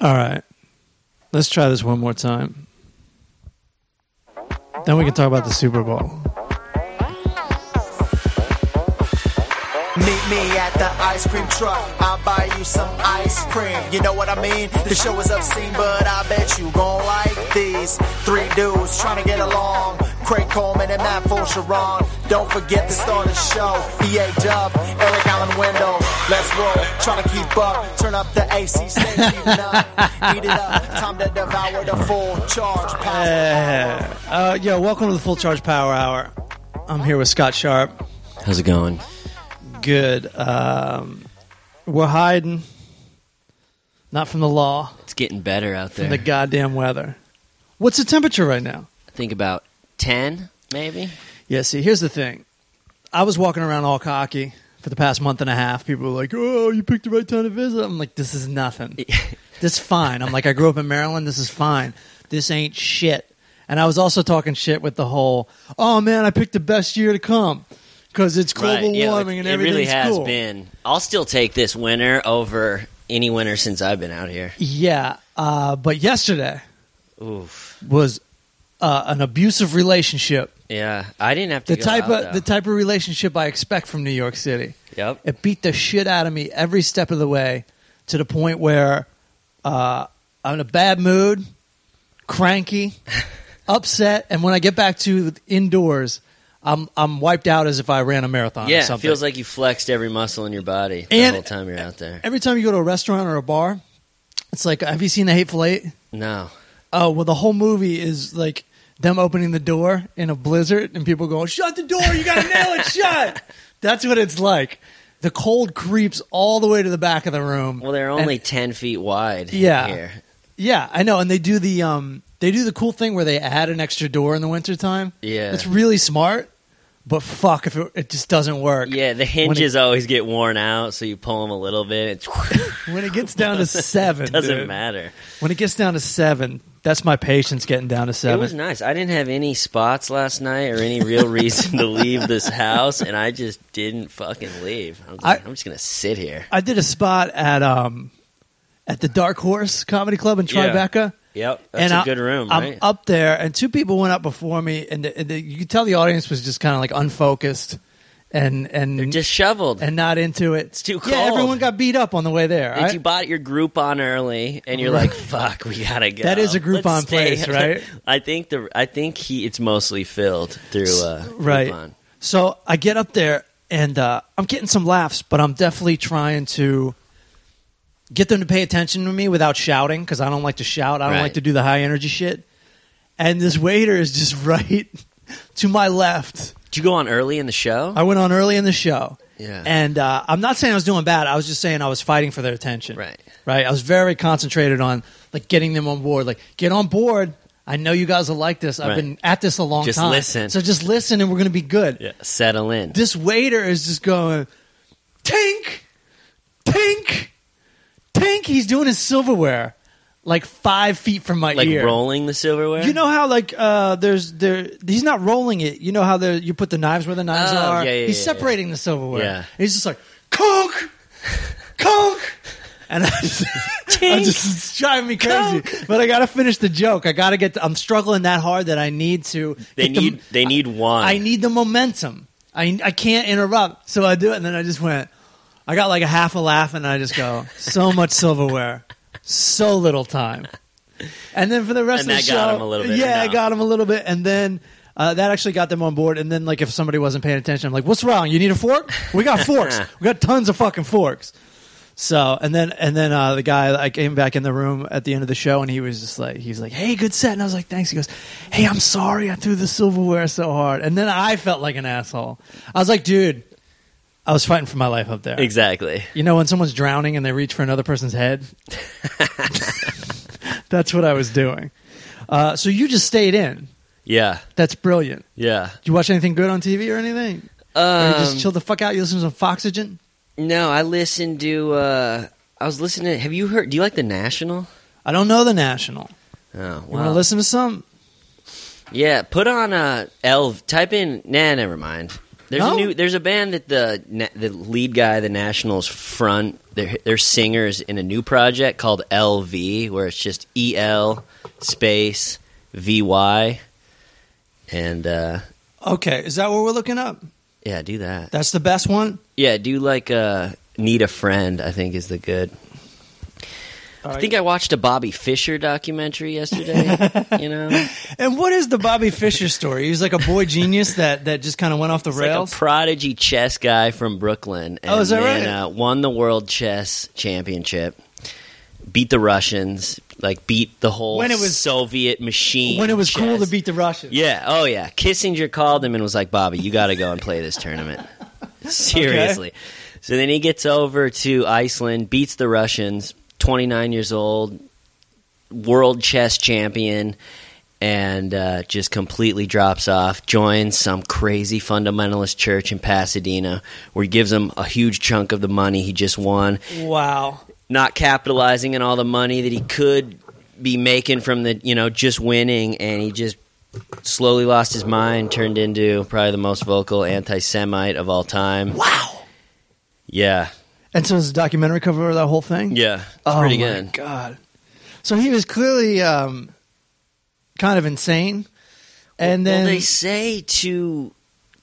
All right. Let's try this one more time. Then we can talk about the Super Bowl. Meet me at the ice cream truck. I'll buy you some ice cream. You know what I mean? The show is obscene, but I bet you gon' like these three dudes trying to get along. Craig Coleman and Matt Sharon. Don't forget to start the show. EA Dub, Eric Allen Window. Let's roll. Trying to keep up. Turn up the AC station. Heat it up. Time to devour the full charge power. Yeah. Uh, yo, welcome to the Full Charge Power Hour. I'm here with Scott Sharp. How's it going? Good. Um, we're hiding, not from the law, It's getting better out there. from the goddamn weather. What's the temperature right now? I think about 10, maybe. Yeah, see, here's the thing. I was walking around all cocky for the past month and a half. People were like, oh, you picked the right time to visit. I'm like, this is nothing. this is fine. I'm like, I grew up in Maryland. This is fine. This ain't shit. And I was also talking shit with the whole, oh man, I picked the best year to come because it's global yeah, warming it, and it everything's really has cool. been. I'll still take this winter over any winter since I've been out here. Yeah, uh, but yesterday Oof. was uh, an abusive relationship. Yeah, I didn't have to The go type out, of the though. type of relationship I expect from New York City. Yep. It beat the shit out of me every step of the way to the point where uh, I'm in a bad mood, cranky, upset, and when I get back to indoors, I'm I'm wiped out as if I ran a marathon or yeah, it something. feels like you flexed every muscle in your body the And- whole time you're out there. every time you go to a restaurant or a bar, it's like, have you seen The Hateful Eight? No. Oh well, the whole movie is like them opening the door in a blizzard and people going, "Shut the door! You gotta nail it shut." That's what it's like. The cold creeps all the way to the back of the room. Well, they're And- only 10 feet wide Yeah. here. yeah, I know, and they do the um, they do the cool thing where they add an extra door in the wintertime. Yeah. it's really smart, but fuck if it, it just doesn't work. Yeah, the hinges always get worn out, so you pull them a little bit. It when it gets down to seven, doesn't dude. matter. When it gets down to seven, that's my patience getting down to seven. It was nice. I didn't have any spots last night or any real reason to leave this house, and I just didn't fucking leave. I was like, I- I'm just gonna sit here. I did a spot at um at the Dark Horse Comedy Club in Yeah. Tribeca. Yep, that's and a I- good room, I'm right? up there, and two people went up before me, and, the, and the, you could tell the audience was just kind of like unfocused and and They're disheveled. and not into it. It's too Yeah, cold. everyone got beat up on the way there. If I- you bought your Groupon early, and you're like, "Fuck, we gotta go." That is a Let's Groupon stay- place, right? I think the I think he it's mostly filled through uh, right. Groupon. So I get up there, and uh, I'm getting some laughs, but I'm definitely trying to. Get them to pay attention to me without shouting because I don't like to shout. I don't Right. like to do the high energy shit. And this waiter is just right to my left. Did you go on early in the show? I went on early in the show. Yeah. And uh, I'm not saying I was doing bad. I was just saying I was fighting for their attention. Right. Right. I was very concentrated on like getting them on board. Like, get on board. I know you guys will like this. I've Right. been at this a long Just time. listen. So just listen and we're going to be good. yeah. Settle in. This waiter is just going, Tink, Tink, Tink. He's doing his silverware like five feet from my like ear. rolling the silverware. You know how like uh, there's there he's not rolling it. You know how there you put the knives where the knives Oh, are. yeah, yeah, he's yeah, separating the silverware. Yeah. He's just like Coke, Coke, and I just, I just it's driving me crazy. But I gotta finish the joke. I gotta get. To, I'm struggling that hard that I need to. they get the- need they need one. I need the momentum. I I can't interrupt. So I do it, and then I just went. I got like a half a laugh, and I just go. So much silverware, so little time. And then for the rest And of the that show, got 'em a little bit, yeah, I no. got him a little bit, and then. Uh, that actually got them on board, and then like if somebody wasn't paying attention, I'm like, "What's wrong? You need a fork? We got forks. we got tons of fucking forks." So and then and then uh, the guy I came back in the room at the end of the show and he was just like he's like hey good set and I was like thanks he goes hey I'm sorry I threw the silverware so hard and then I felt like an asshole I was like dude I was fighting for my life up there exactly. you know when someone's drowning and they reach for another person's head that's what I was doing uh, so you just stayed in Yeah. that's brilliant Yeah. did you watch anything good on TV or anything or you Um, just chill the fuck out you listen to some Foxygen No, I listened to. uh I was listening. To, have you heard? Do you like the National? I don't know the National Oh, wow. you want to listen to some. Yeah, put on uh, Elv. Type in. Nah, never mind. There's No? a new. There's a band that the na- the lead guy, of the Nationals front. they're, they're singers in a new project called LV, where it's just E L space V Y, and uh, Okay, is that what we're looking up? yeah, do that. That's the best one. Yeah, do like uh, need a friend. I think is the good. All I right. think I watched a Bobby Fisher documentary yesterday. you know, and what is the Bobby Fischer story? He was like a boy genius that that just kind of went off the like a rails. prodigy chess guy from Brooklyn. And Oh, is that then, right? Uh, won the world chess championship. Beat the Russians. Like beat the whole When it was- Soviet machine. when it was chess. cool to beat the Russians. Yeah. Oh yeah. Kissinger called him and was like, "Bobby, you got to go and play this tournament." Seriously. So then he gets over to Iceland, beats the Russians. Twenty nine years old, world chess champion, and uh, just completely drops off. Joins some crazy fundamentalist church in Pasadena, where he gives him a huge chunk of the money he just won Wow. not capitalizing on all the money that he could be making from the you know just winning and he just slowly lost his mind turned into probably the most vocal anti-semite of all time Wow. yeah And so does the documentary cover that whole thing? yeah it's Oh pretty my good God. So he was clearly um, kind of insane. And well, then they say to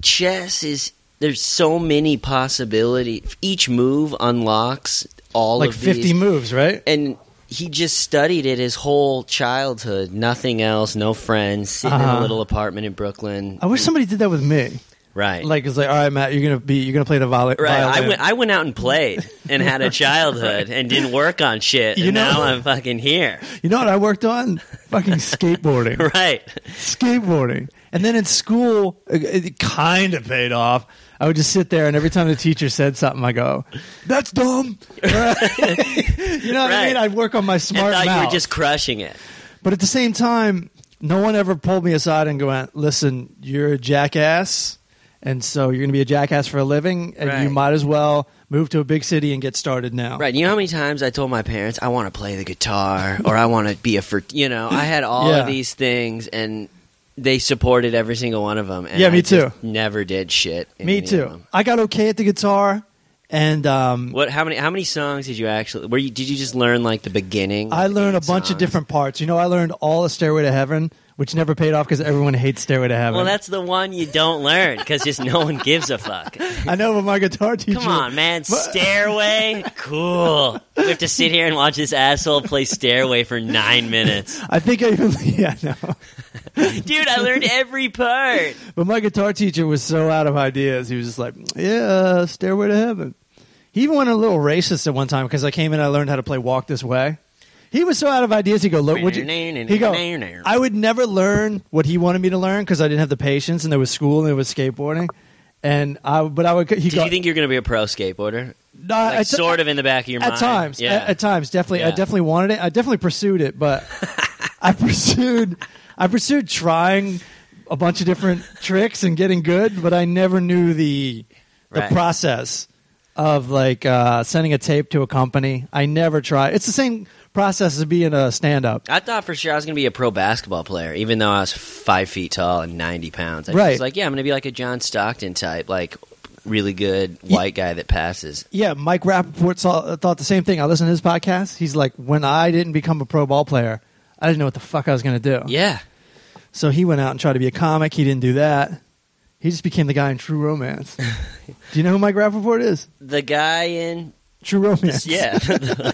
chess is there's so many possibility each move unlocks all like of 50 these. moves, right? and he just studied it his whole childhood nothing else no friends sitting in Uh-huh. a little apartment in brooklyn I wish somebody did that with me. right Like it's like, all right, Matt, you're gonna be, you're gonna play the violin. Right. I violin. went, I went out and played and had a childhood and didn't work on shit. You and know- now I'm fucking here. you know what I worked on? Fucking skateboarding. Right. skateboarding. And then in school, it, it kind of paid off. I would just sit there, and every time the teacher said something, I go, "That's dumb." you know what I Right. mean? I'd work on my I smart thought you mouth. were just crushing it. but at the same time, no one ever pulled me aside and went, "Listen, you're a jackass." And so you're going to be a jackass for a living, and you Right. might as well move to a big city and get started now. Right. You know how many times I told my parents I want to play the guitar or I want to be a for you know I had all Yeah. of these things and they supported every single one of them. And Yeah, me I just too. Never did shit. in Me any of too. them. I got okay at the guitar, and um, What? How many? How many songs did you actually? Were you? Did you just learn like the beginning? I like, uh, learned a eight bunch of songs? different parts. You know, I learned all the Stairway to Heaven, which never paid off because everyone hates Stairway to Heaven. Well, that's the one you don't learn because just no one gives a fuck. I know, but my guitar teacher. Come on, man. Stairway? cool. We have to sit here and watch this asshole play Stairway for nine minutes. I think I even yeah no, Dude, I learned every part. but my guitar teacher was so out of ideas. He was just like, yeah, uh, Stairway to Heaven. He even went a little racist at one time because I came in and I learned how to play Walk This Way. He was so out of ideas. He go, look, would you? He go, I would never learn what he wanted me to learn because I didn't have the patience, and there was school and there was skateboarding, and I. But I would. He Did you think you're going to be a pro skateboarder? no, Like, I- sort of in the back of your Uh, at mind. times Yeah. at, at times definitely i Yeah. definitely wanted it i definitely pursued it but i pursued i pursued trying a bunch of different tricks and getting good but i never knew the the Right. process of like uh, sending a tape to a company i never tried it's the same process as being a stand-up I thought for sure I was going to be a pro basketball player, even though I was five feet tall and 90 pounds. I Right. was like, yeah, I'm going to be like a John Stockton type, like really good white guy that passes. yeah mike rappaport saw, thought the same thing i listened to his podcast he's like when i didn't become a pro ball player i didn't know what the fuck i was going to do Yeah. So he went out and tried to be a comic. He didn't do that. He just became the guy in True Romance. do you know who Mike Rappaport is? The guy in. True Romance. Yeah.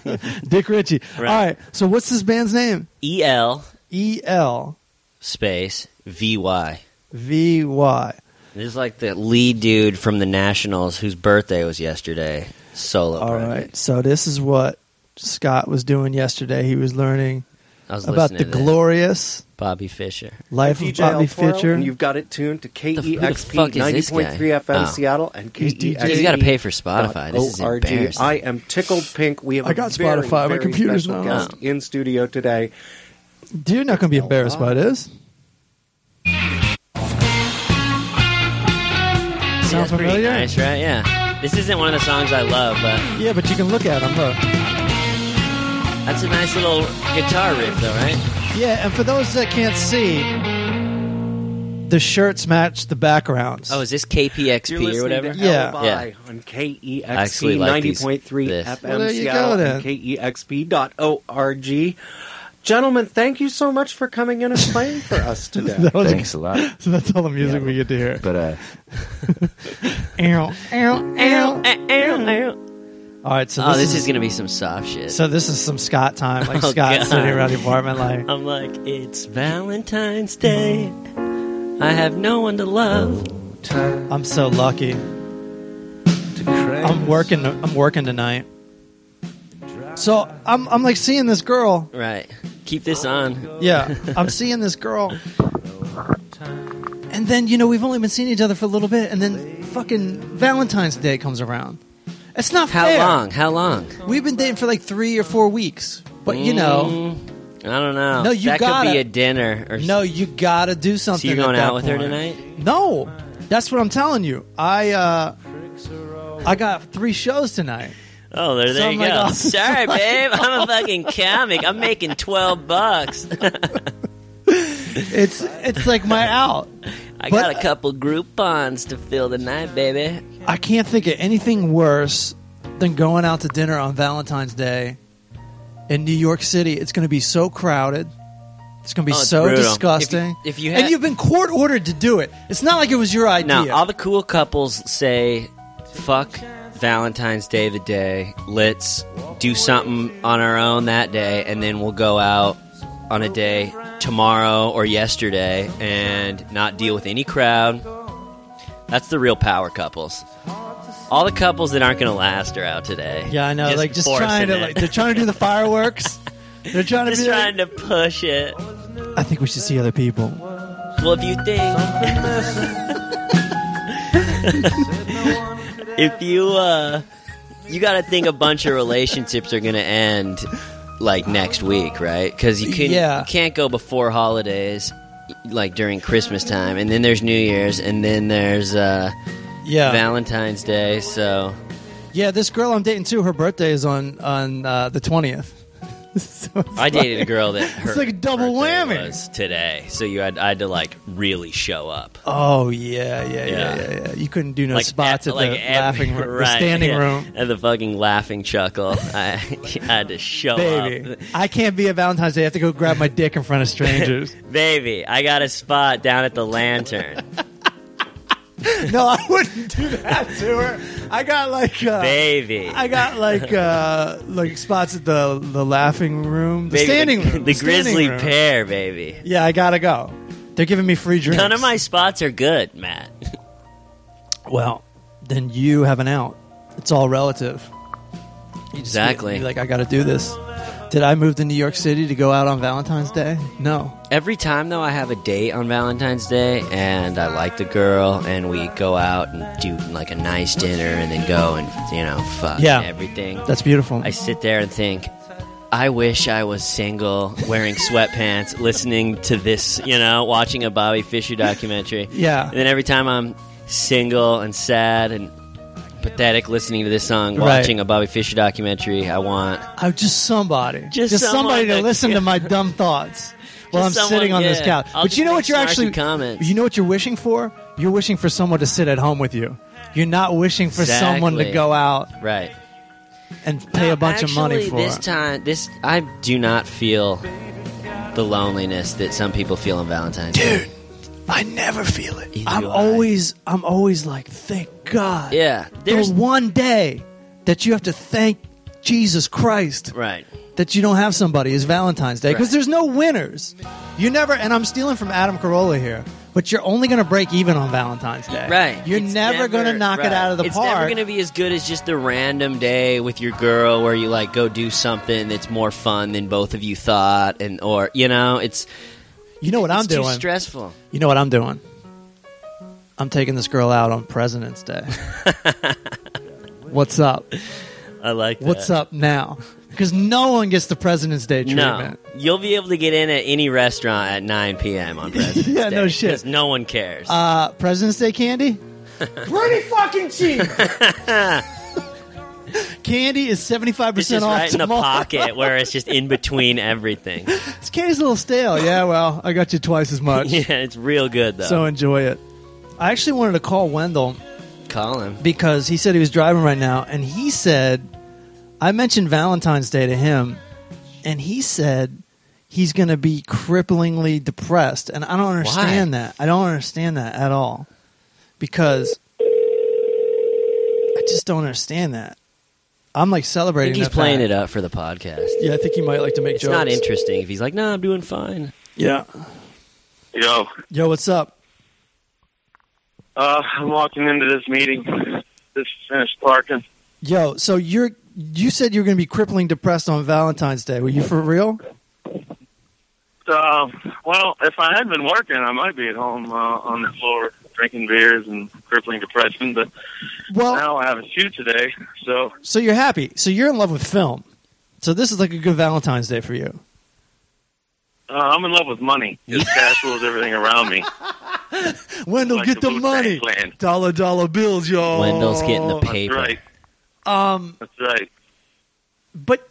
Dick Ritchie. Right. All right. So what's this band's name? E L E L space V Y. V Y. This is like the lead dude from the Nationals whose birthday was yesterday. Solo. All project. right. So this is what Scott was doing yesterday. He was learning I was about listening the to this. glorious Bobby Fisher. life of DJ Bobby Alfaro, and Fitcher. you've got it tuned to E the KEXP fuck is this 90.3 guy? FM Oh. Seattle and E He's KEXP. DJ. He's gotta pay for Spotify. This is .org. embarrassing. I am tickled pink. We have I got a very, Spotify. My very computer's special not on. guest in studio today. Dude, you're not going to be embarrassed by this. Yeah, Sound it's pretty familiar? Nice, right? Yeah. This isn't one of the songs I love, but Yeah, but you can look at him. Look. that's a nice little guitar riff, though, right? Yeah, and for those that can't see, the shirts match the backgrounds. Oh, is this KPXP or whatever? Yeah. Yeah. On E KEXP I actually like these- 90.3 this. FM Well, there you Seattle go, then. and E KEXP.org. Gentlemen, thank you so much for coming in and playing for us today. That was- Thanks a lot. so that's all the music we get to hear. But uh, uh, Ow, ow, ow. Eh, All right, so Oh, this, this is gonna be some soft shit. so this is some Scott time, like Oh, Scott God. sitting around the apartment, like I'm like, it's Valentine's Day. I have no one to love. I'm so lucky. I'm working. I'm working tonight. So I'm I'm like seeing this girl. Right. Keep this on. Yeah, I'm seeing this girl. And then you know we've only been seeing each other for a little bit, and then fucking Valentine's Day comes around. It's not How fair. long? How long? We've been dating for like three or four weeks, but you know, Mm, I don't know. No, you that could gotta- be a dinner or no, you gotta do something. Mm. So you at going that out with her point. tonight? No, that's what I'm telling you. I uh, I got three shows tonight. Oh, there, there So I'm you like, go. oh. Sorry, babe. I'm a fucking comic. I'm making twelve bucks. It's it's like my out. I But- got a couple Groupon's to fill tonight, baby. I can't think of anything worse than going out to dinner on Valentine's Day in New York City. It's going to be so crowded. It's going to be Oh, it's so brutal. disgusting. If you- if you and had- you've been court ordered to do it. It's not like it was your idea. Now, all the cool couples say, fuck Valentine's Day the day. Let's do something on our own that day, and then we'll go out on a day tomorrow or yesterday and not deal with any crowd. That's the real power couples. All the couples that aren't going to last are out today. yeah, I know. like just trying forcing to it. like they're trying to do the fireworks. They're trying to just be like, trying to push it. I think we should see other people. Well, if you think, if you uh, you got to think a bunch of relationships are gonna end like next week, right? Because you can Yeah. you can't go before holidays, like during Christmas time, and then there's New Year's, and then there's uh, Yeah. Valentine's Day. So yeah, this girl I'm dating too, her birthday is on on uh, the 20th. so it's I dated a girl that her It's like a double birthday whammy. was today. So you had I had to like really show up. Oh yeah, yeah, Yeah. yeah, yeah, yeah. You couldn't do no like spots e- at like the every- laughing room, the right, standing yeah, room, at the fucking laughing chuckle. I, I had to show baby. up, I can't be at Valentine's Day. I have to go grab my dick in front of strangers. baby. I got a spot down at the lantern, Uh, no, I wouldn't do that to her. I got like, uh, baby. I got like, uh, like spots at the the laughing room, the baby, standing the, room, the standing grizzly room. pear, baby. Yeah, I gotta go. They're giving me free drinks. None of my spots are good, Matt. Well, then you have an out. It's all relative. You just be- Exactly. be like I got to do this. Did I move to New York City to go out on Valentine's Day? No. Every time though, I have a date on Valentine's Day, and I like the girl, and we go out and do like a nice dinner, and then go and you know fuck Yeah. everything. That's beautiful. I sit there and think, I wish I was single, wearing sweatpants, listening to this, you know, watching a Bobby Fischer documentary. Yeah. And then every time I'm single and sad and pathetic listening to this song, Right. watching a Bobby Fischer documentary, I want I'm just somebody. Just somebody someone to that- listen to my dumb thoughts while I'm Just someone, sitting on this yeah. couch. but I'll you just know make what you're snarky actually comments. You know what you're wishing for? You're wishing for someone to sit at home with you. You're not wishing for someone to Exactly. go out right. and pay a bunch of money Actually, for. this time. This I do not feel the loneliness that some people feel on Valentine's Day. Dude, I never feel it. Either I'm do I. always I'm always like, thank God. Yeah, There's there's the one day that you have to thank Jesus Christ right. that you don't have somebody is Valentine's Day because Right. there's no winners. You never, and I'm stealing from Adam Carolla here, but you're only going to break even on Valentine's Day. Right. You're It's never, going to knock right. it out of the it's park. never going to be as good as just the random day with your girl where you like go do something that's more fun than both of you thought and or you know, it's you know what I'm it's too doing? stressful. you know what I'm doing? I'm taking this girl out on President's Day. What's up? I like What's up now? Because no one gets the President's Day No, treatment. you'll be able to get in at any restaurant at 9 p.m. on President's Yeah, Day no shit. 'cause no one cares. Uh, President's Day candy? Pretty fucking cheap. Candy is seventy five This percent is off right in the tomorrow. pocket where it's just in between everything. This candy's a little stale. Yeah, well, I got you twice as much. Yeah, it's real good though. So enjoy it. I actually wanted to call Wendell Call him. because he said he was driving right now, and he said, I mentioned Valentine's Day to him, and he said he's going to be cripplingly depressed, and I don't understand that. I don't understand that at all because I just don't understand that. I'm like I celebrating. think he's the playing fact- it up for the podcast. Yeah, I think he might like to make It's jokes. not interesting if he's like, "No, I'm doing fine." Yeah. Yo, Yo, what's up? uh, I'm walking into this meeting. Just finished parking. Yo, so you're you said you were going to be crippling depressed on Valentine's Day. Were you for real? Uh, well, if I had been working, I might be at home uh, on the floor drinking beers and crippling depression. But Well, now I have a shoot today, so so you're happy. So you're in love with film. So this is like a good Valentine's Day for you. uh, I'm in love with money. This cash rules everything around me. Wendell, Like get the the, Wu-Tang money. Clan. Dollar dollar bills, y'all. Wendell's getting the Oh, That's paper. right. Um, That's right. but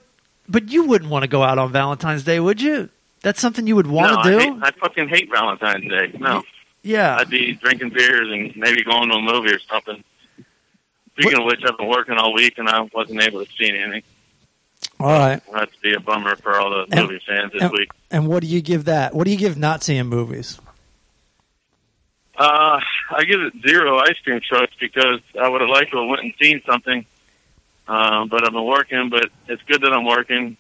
but you wouldn't want to go out on Valentine's Day, would you? That's something you would no, want to I, do. hate, I fucking hate Valentine's Day. No, yeah. I'd be drinking beers and maybe going to a movie or something. Speaking of which, I've been working all week and I wasn't able to see anything. All right. That'd be a bummer for all the And- movie fans this and- week. And what do you give that? What do you give not seeing movies? Uh, I give it zero ice cream trucks because I would have liked to have went and seen something. Um, but I've been working, but it's good that I'm working.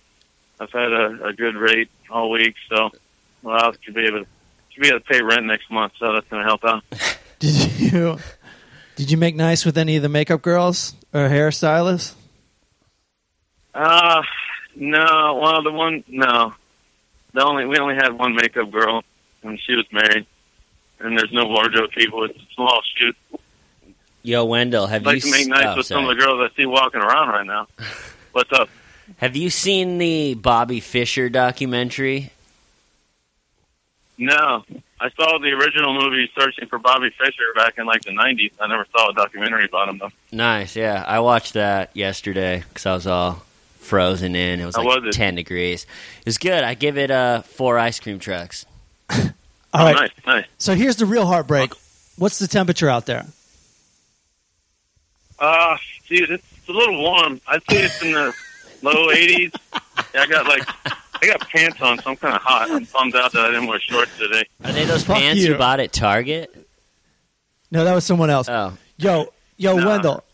I've had a, a good rate all week, so well, I should be able to, should be able to pay rent next month, so that's going to help out. Did you did you make nice with any of the makeup girls or hairstylists? Uh, no, well, the one, no, the only we only had one makeup girl, and she was married. And there's no wardrobe people. It's a small shoot. Yo, Wendell, have I'd like you to make s- nice oh, with sorry. some of the girls I see walking around right now. What's up? Have you seen the Bobby Fisher documentary? No, I saw the original movie Searching for Bobby Fischer back in like the '90s. I never saw a documentary about him though. Nice, yeah. I watched that yesterday because I was all frozen in. It was How like was it? ten degrees. It was good. I give it uh, four ice cream trucks. All right. Nice, nice. So here's the real heartbreak. What's the temperature out there? Uh, dude, it's a little warm. I think it's in the low 80s. I got like, I got pants on, so I'm kind of hot. I'm bummed out that I didn't wear shorts today. Are they those Fuck pants you. you. bought at Target? No, that was someone else. Oh, Yo, yo, Nah. Wendell.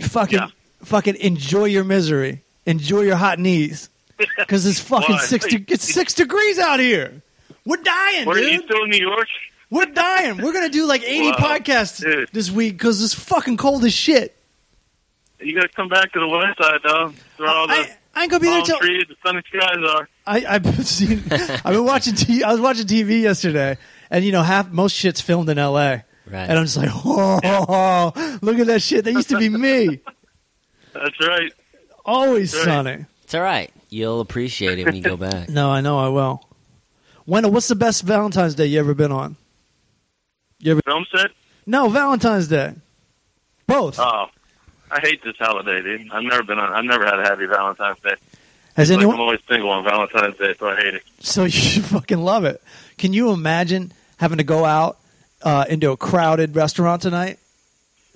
Fucking, Yeah. fucking enjoy your misery. Enjoy your hot knees, because it's fucking Why? six. De- it's six degrees out here. We're dying, What are you dude. still in New York? We're dying. We're gonna do like eighty Wow. podcasts Dude. this week because it's fucking cold as shit. You gotta come back to the west side, though. Where all the I, I ain't gonna be there palm till trees, the sunny skies are. I, I've been seen. I've been watching. T- I was watching TV yesterday, and you know, half most shit's filmed in L.A. Right. And I'm just like, oh, look at that shit. That used to be me. That's right. Always Right. sunny. it's all right. You'll appreciate it when you go back. No, I know I will. Wendell, what's the best Valentine's Day you ever been on? Film set. No, Valentine's Day. Both. Oh, I hate this holiday, dude. I've never been on. I've never had a happy Valentine's Day. Has Like, anyone? I'm always single on Valentine's Day, so I hate it. so you should fucking love it. Can you imagine having to go out uh, into a crowded restaurant tonight,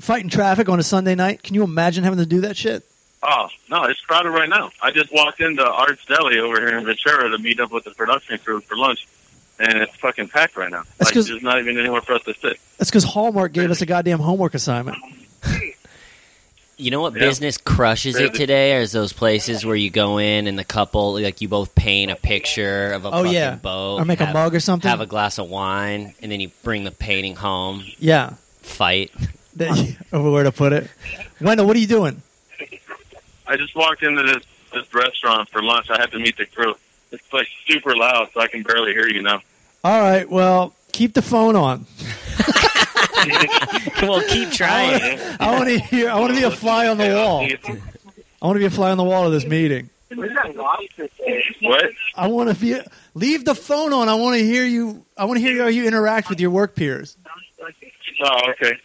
fighting traffic on a Sunday night? Can you imagine having to do that shit? Oh no, it's crowded right now. I just walked into Arts Deli over here in Ventura to meet up with the production crew for lunch, and it's fucking packed right now. That's like 'cause- there's not even anywhere for us to sit. That's because Hallmark gave us a goddamn homework assignment. You know what Yeah. business crushes it Really? today? Is those places where you go in and the couple, like you both paint a picture of a Oh, fucking yeah. boat, Or make a have- mug or something. have a glass of wine, and then you bring the painting home, Yeah, fight. That- over where to put it. Wendell, what are you doing? I just walked into this this restaurant for lunch. I had to meet the crew. It's like super loud, so I can barely hear you now. All right, well, keep the phone on. well, keep trying. I want to hear. I want to be a fly on the wall. I want to be a fly on the wall of this meeting. What? I want to be. Leave the phone on. I want to hear you. I want to hear Oh, how you interact with your work peers. Oh, okay.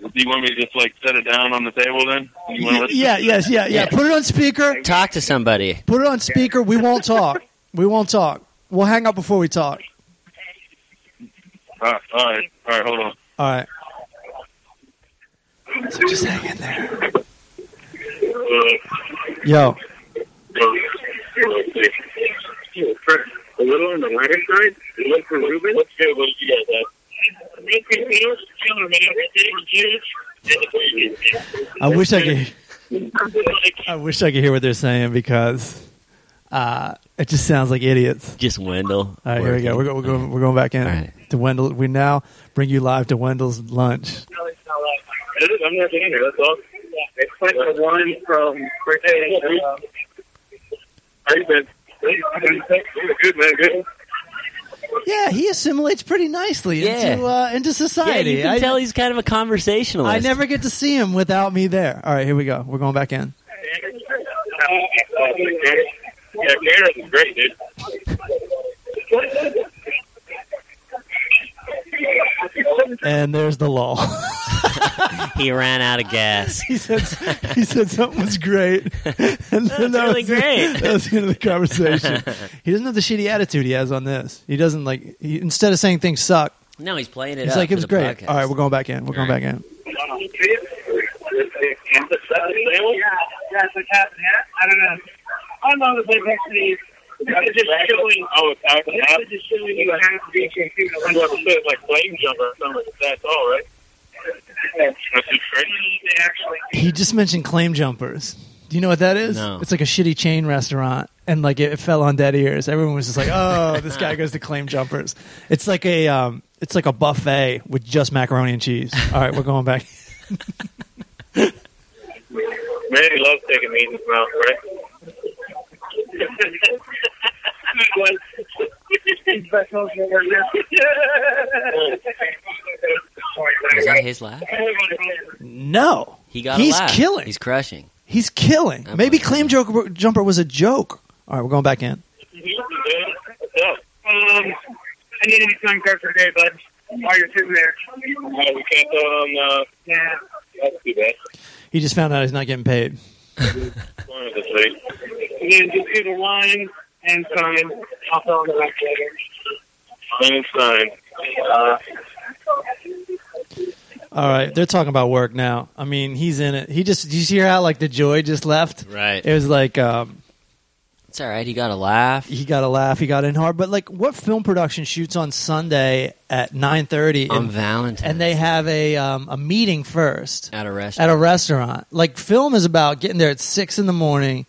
Do you want me to just like set it down on the table then? You want to listen? Yeah, yes, yeah, yeah. Yeah. Put it on speaker. Talk to somebody. Put it on speaker. We won't talk. We won't talk. We'll hang up before we talk. All right, all right, all right, hold on. All right. So just hang in there. Yo, A little on the lighter side. One for Ruben. Let's do what you got. I wish I could. I wish I could hear what they're saying because uh, it just sounds like idiots. Just Wendell. All right, here we go. We're, go, we're, going, we're going back in All right. to Wendell. We now bring you live to Wendell's lunch. I'm not here. That's all. It's like the one from birthday. How you been? Good man. Good. Yeah, he assimilates pretty nicely Yeah. into uh, into Yeah, society. you can I, tell he's kind of a conversationalist. I never get to see him without me there. All right, here we go. We're going back in. Uh, Yeah, Garrett is great, dude. And there's the lull. He ran out of gas. he said he said something was great. And then That's really was great. That was the end of the conversation. he doesn't have the shitty attitude he has on this. He doesn't like he, instead of saying things suck, No, he's playing it. he's up like for it was the great. podcast. All right, we're going back in. We're going All right. back in. Yeah, that's what's happening. I don't know. I don't know if they've actually. just showing. Oh, it's half and half. They're just showing you how to be computer. I'm going to say it's like flame jumper or something. That's all, right? That's just great. They actually. He just mentioned claim jumpers. Do you know what that is? No. It's like a shitty chain restaurant, and like it, fell on dead ears. Everyone was just like, "Oh, this guy goes to claim jumpers." It's like a um, it's like a buffet with just macaroni and cheese. All right, we're going back. Mary loves taking these in his mouth, right? Professionals in their Was that his laugh? No, He got. He's a laugh. killing. He's crushing. He's killing. I'm Maybe like- claim joker, jumper was a joke. All right, we're going back in. Um, I need a new time card for today, bud. While you're sitting there. Oh, we can't go on. Uh, Yeah. that's too bad. He just found out he's not getting paid. One of the three. And then just do the line and sign. I'll fill in the rest later. Einstein. Uh, All right, they're talking about work now. I mean, he's in it. He just. Did you see how like the joy just left? Right. It was like. Um, It's all right. He got a laugh. he got a laugh. He got in hard. But like, what film production shoots on Sunday at nine thirty, on and, Valentine. and they have a um, a meeting first at a at restaurant. a restaurant? Like, film is about getting there at six in the morning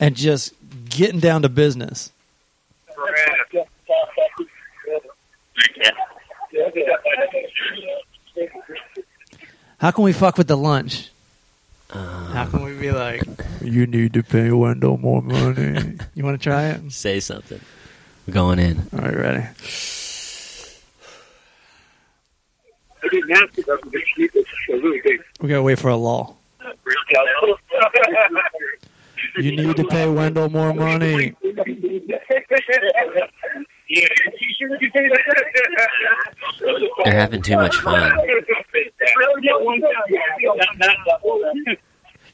and just getting down to business. How can we fuck with the lunch? How can we be like, you need to pay Wendell more money? you want to try it? Say something. We're going in. All right, ready. We gotta wait for a lull. You need to pay Wendell more money. They're having too much fun.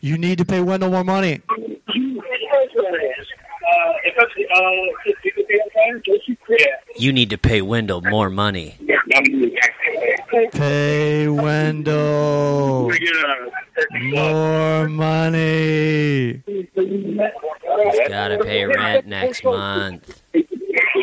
You need to pay Wendell more money. You need to pay Wendell more money. Pay Wendell we get a turkey more club. money. Gotta pay rent next month.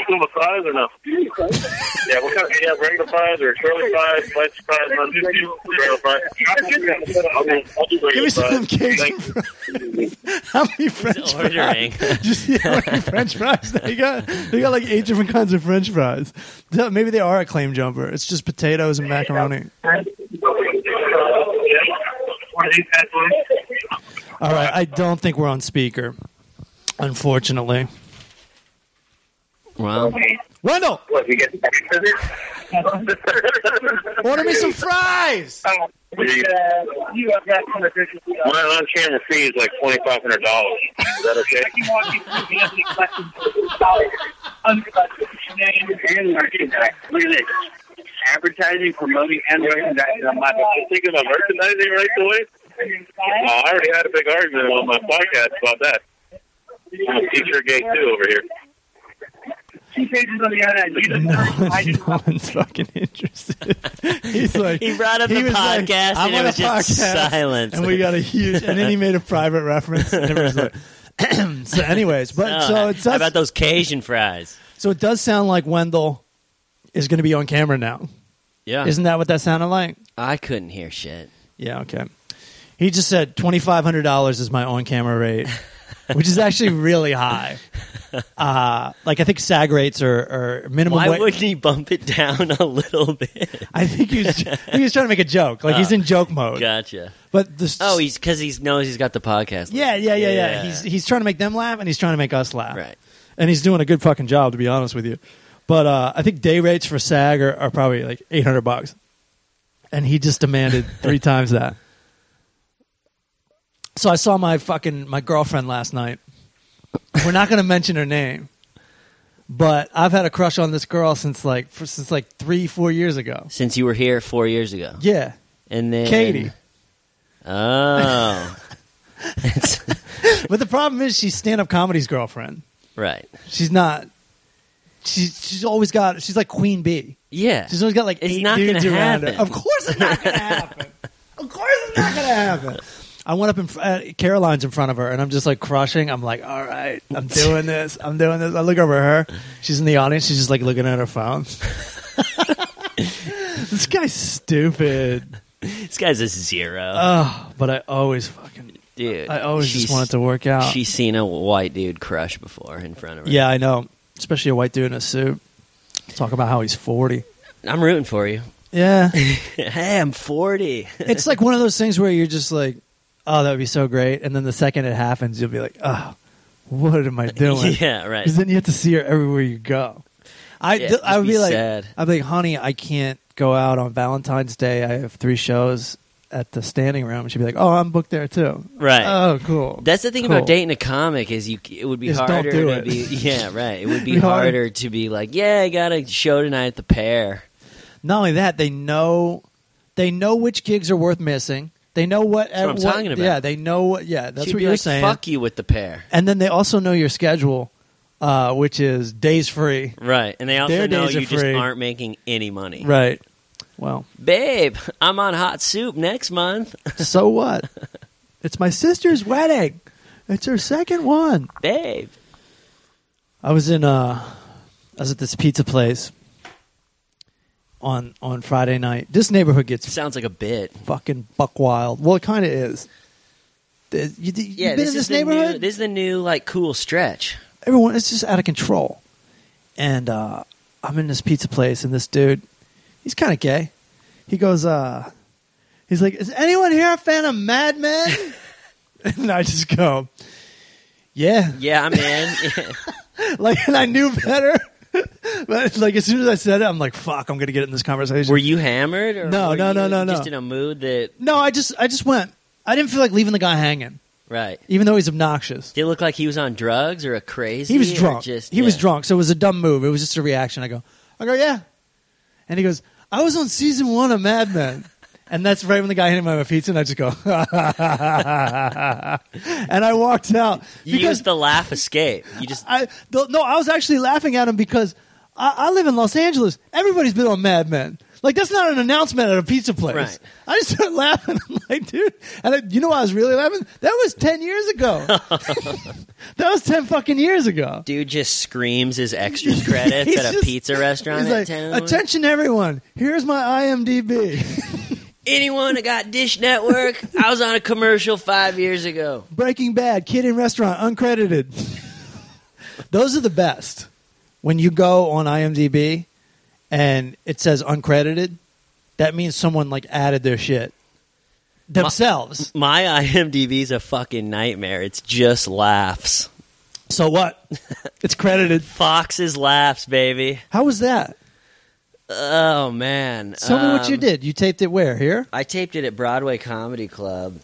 Some of the fries or no? yeah, what kind of, yeah, regular fries or curly fries, sliced fries, none just do regular fries. I'll do, I'll do regular Give me some fries. of them cakes Thank and fries. How many French ordering. fries? Just see how many French fries they got. They got like eight different kinds of French fries. So Maybe they are a claim jumper. It's just potatoes and macaroni. All right, I don't think we're on speaker, unfortunately. Well, Wendell, What, you get order me some fries. My on-camera fee is like $2,500. Is that okay? Look at this. advertising, promoting, and merchandising on my I'm thinking of merchandising right away. Uh, business. I already had a big argument on my podcast about that. I'm a teacher gay too over here. Two pages on the other end. You just- I just- no one's fucking interested. He's like, He brought up he the was like, podcast "I'm and it on a was just podcast," silence. And we got a huge, and then he made a private reference. And everyone's like, so, anyways, but so it How Uh, about does, those Cajun fries? so it does sound like Wendell is going to be on camera now. Yeah, Isn't that what that sounded like? I couldn't hear shit. Yeah, okay. He just said twenty five hundred dollars is my on camera rate, which is actually really high. Uh, like I think SAG rates are, are minimum. Why wa- wouldn't he bump it down a little bit? I think he was, I think he was trying to make a joke. Like he's in joke mode. Gotcha. But this, Oh, he's because he knows he's got the podcast. yeah, yeah, yeah, yeah, Yeah. He's he's trying to make them laugh and he's trying to make us laugh. Right. And he's doing a good fucking job, to be honest with you. But uh, I think day rates for SAG are, are probably like eight hundred bucks, and he just demanded three times that. So I saw my fucking my girlfriend last night. We're not going to mention her name, but I've had a crush on this girl since like for, since like three four years ago. Since you were here four years ago, Yeah, and then Katie. Oh, It's- But the problem is she's stand up comedy's girlfriend. right. She's not. She's she's always got. She's like Queen Bee. Yeah. She's always got like It's eight not dudes gonna around her. happen. Of course it's not gonna happen. of course it's not gonna happen. I went up in fr- uh, Caroline's in front of her, and I'm just like crushing. I'm like, all right, I'm doing this. I'm doing this. I look over her. She's in the audience. She's just like looking at her phone. this guy's stupid. This guy's a zero, Oh, but I always fucking. dude. I always she's- just wanted to work out. She's seen a white dude crush before in front of her. Yeah, I know. Especially a white dude in a suit. Talk about how he's 40. I'm rooting for you. Yeah. hey, I'm 40. it's like one of those things where you're just like, oh, that would be so great. And then the second it happens, you'll be like, oh, what am I doing? yeah, right. Because then you have to see her everywhere you go. I, Yeah, th- I just would be be, like, sad. I'd be like, honey, I can't go out on Valentine's Day. I have three shows at the standing room. And she'd be like, oh, I'm booked there too. Right. Oh, cool. That's the thing Cool. about dating a comic is you it would be Just don't harder do to it. be yeah right it would be Be hard. harder to be like yeah I got a show tonight at the pair Not only that, they know they know which gigs are worth missing. They know what. That's what I'm what- talking about. Yeah, they know what. Yeah, that's She'd what be you're like, saying. fuck you with the pair And then they also know your schedule, uh, which is days free. right and they also Their know days are you just free. aren't making any money Right. Well, babe I'm on hot soup next month so what? it's my sister's wedding. It's her second one. babe I was in uh I was at this pizza place on on Friday night. This neighborhood gets sounds like a bit fucking buck wild. Well, it kind of is. Th- You, you, yeah have been this in this is the new- neighborhood? this is the new like cool stretch everyone it's just out of control and uh, i'm in this pizza place and this dude he's kind of gay he goes uh he's like is anyone here a fan of mad men and i just go yeah yeah I'm in like and i knew better but like as soon as i said it i'm like fuck i'm gonna get in this conversation were you hammered or No, were no, you no, no, no. just in a mood that no i just i just went i didn't feel like leaving the guy hanging right even though he's obnoxious did it look like he was on drugs or a crazy he was or drunk. just, he was yeah. drunk, so it was a dumb move. It was just a reaction. I go, I go, yeah. And he goes, I was on season one of Mad Men. And that's right when the guy hit him on my pizza, and I just go, and I walked out You because used the laugh escape. You just I th- no, I was actually laughing at him because I, I live in Los Angeles. Everybody's been on Mad Men. Like that's not an announcement at a pizza place. Right. I just started laughing. I'm like, dude, and I, you know why I was really laughing? That was ten years ago. that was ten fucking years ago. dude just screams his extras credits He's at a just- pizza restaurant He's in like, town. attention everyone, here's my IMDb. Anyone that got Dish Network, I was on a commercial five years ago. Breaking Bad, Kid in Restaurant, uncredited. Those are the best. When you go on IMDb and it says uncredited, that means someone like added their shit themselves. My IMDb's a fucking nightmare. It's just laughs. so what? it's credited. Fox's laughs, baby. How was that? Oh man. Tell me what you Um, did. You taped it where? Here? I taped it at Broadway Comedy Club.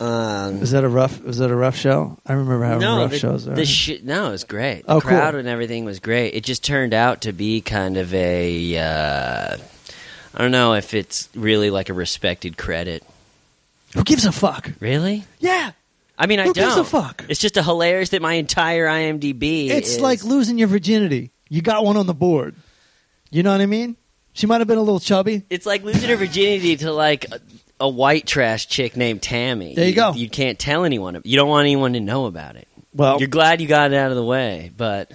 Um, Is that a rough? Is that a rough show? I remember having no, rough the, shows there. the shi- no, it was great. The Oh, cool. crowd and everything was great. It just turned out to be kind of a uh, I don't know if it's really like a respected credit. Who gives a fuck? Really? Yeah, I mean, I Who don't. gives a fuck? It's just a hilarious that my entire IMDb. it's is- like losing your virginity. You got one on the board. You know what I mean? She might have been a little chubby. it's like losing her virginity to like a, a white trash chick named Tammy. There you go. You can't tell anyone. You don't want anyone to know about it. Well, You're glad you got it out of the way, but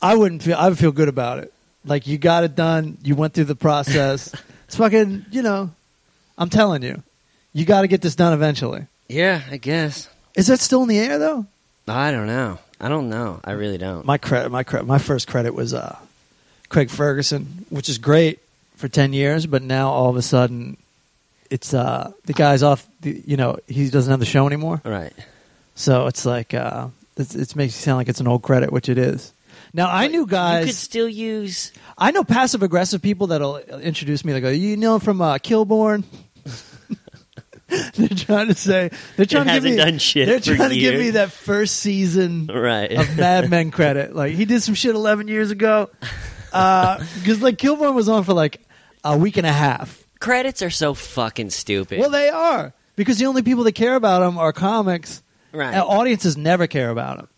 I wouldn't feel. I would feel good about it. Like you got it done. You went through the process. it's fucking. You know, I'm telling you, you got to get this done eventually. yeah, I guess Oh, Is that still in the air though? I don't know. I don't know. I really don't. My credit, my credit, my first credit was uh, Craig Ferguson, which is great for ten years, but now all of a sudden, it's uh, the guy's off. The, you know, he doesn't have the show anymore, All right. so it's like uh, it's, it makes you sound like it's an old credit, which it is. Now I knew guys. you could still use. I know passive aggressive people that'll introduce me. They go, "You know from uh, Kilborn." they're trying to say they're trying to give me hasn't done shit They're for trying to give years. me that first season All right. of Mad Men credit. Like he did some shit eleven years ago, because like Kilborn was on for like a week and a half. Credits are so fucking stupid. Well, they are because the only people that care about them are comics. Right. And audiences never care about them.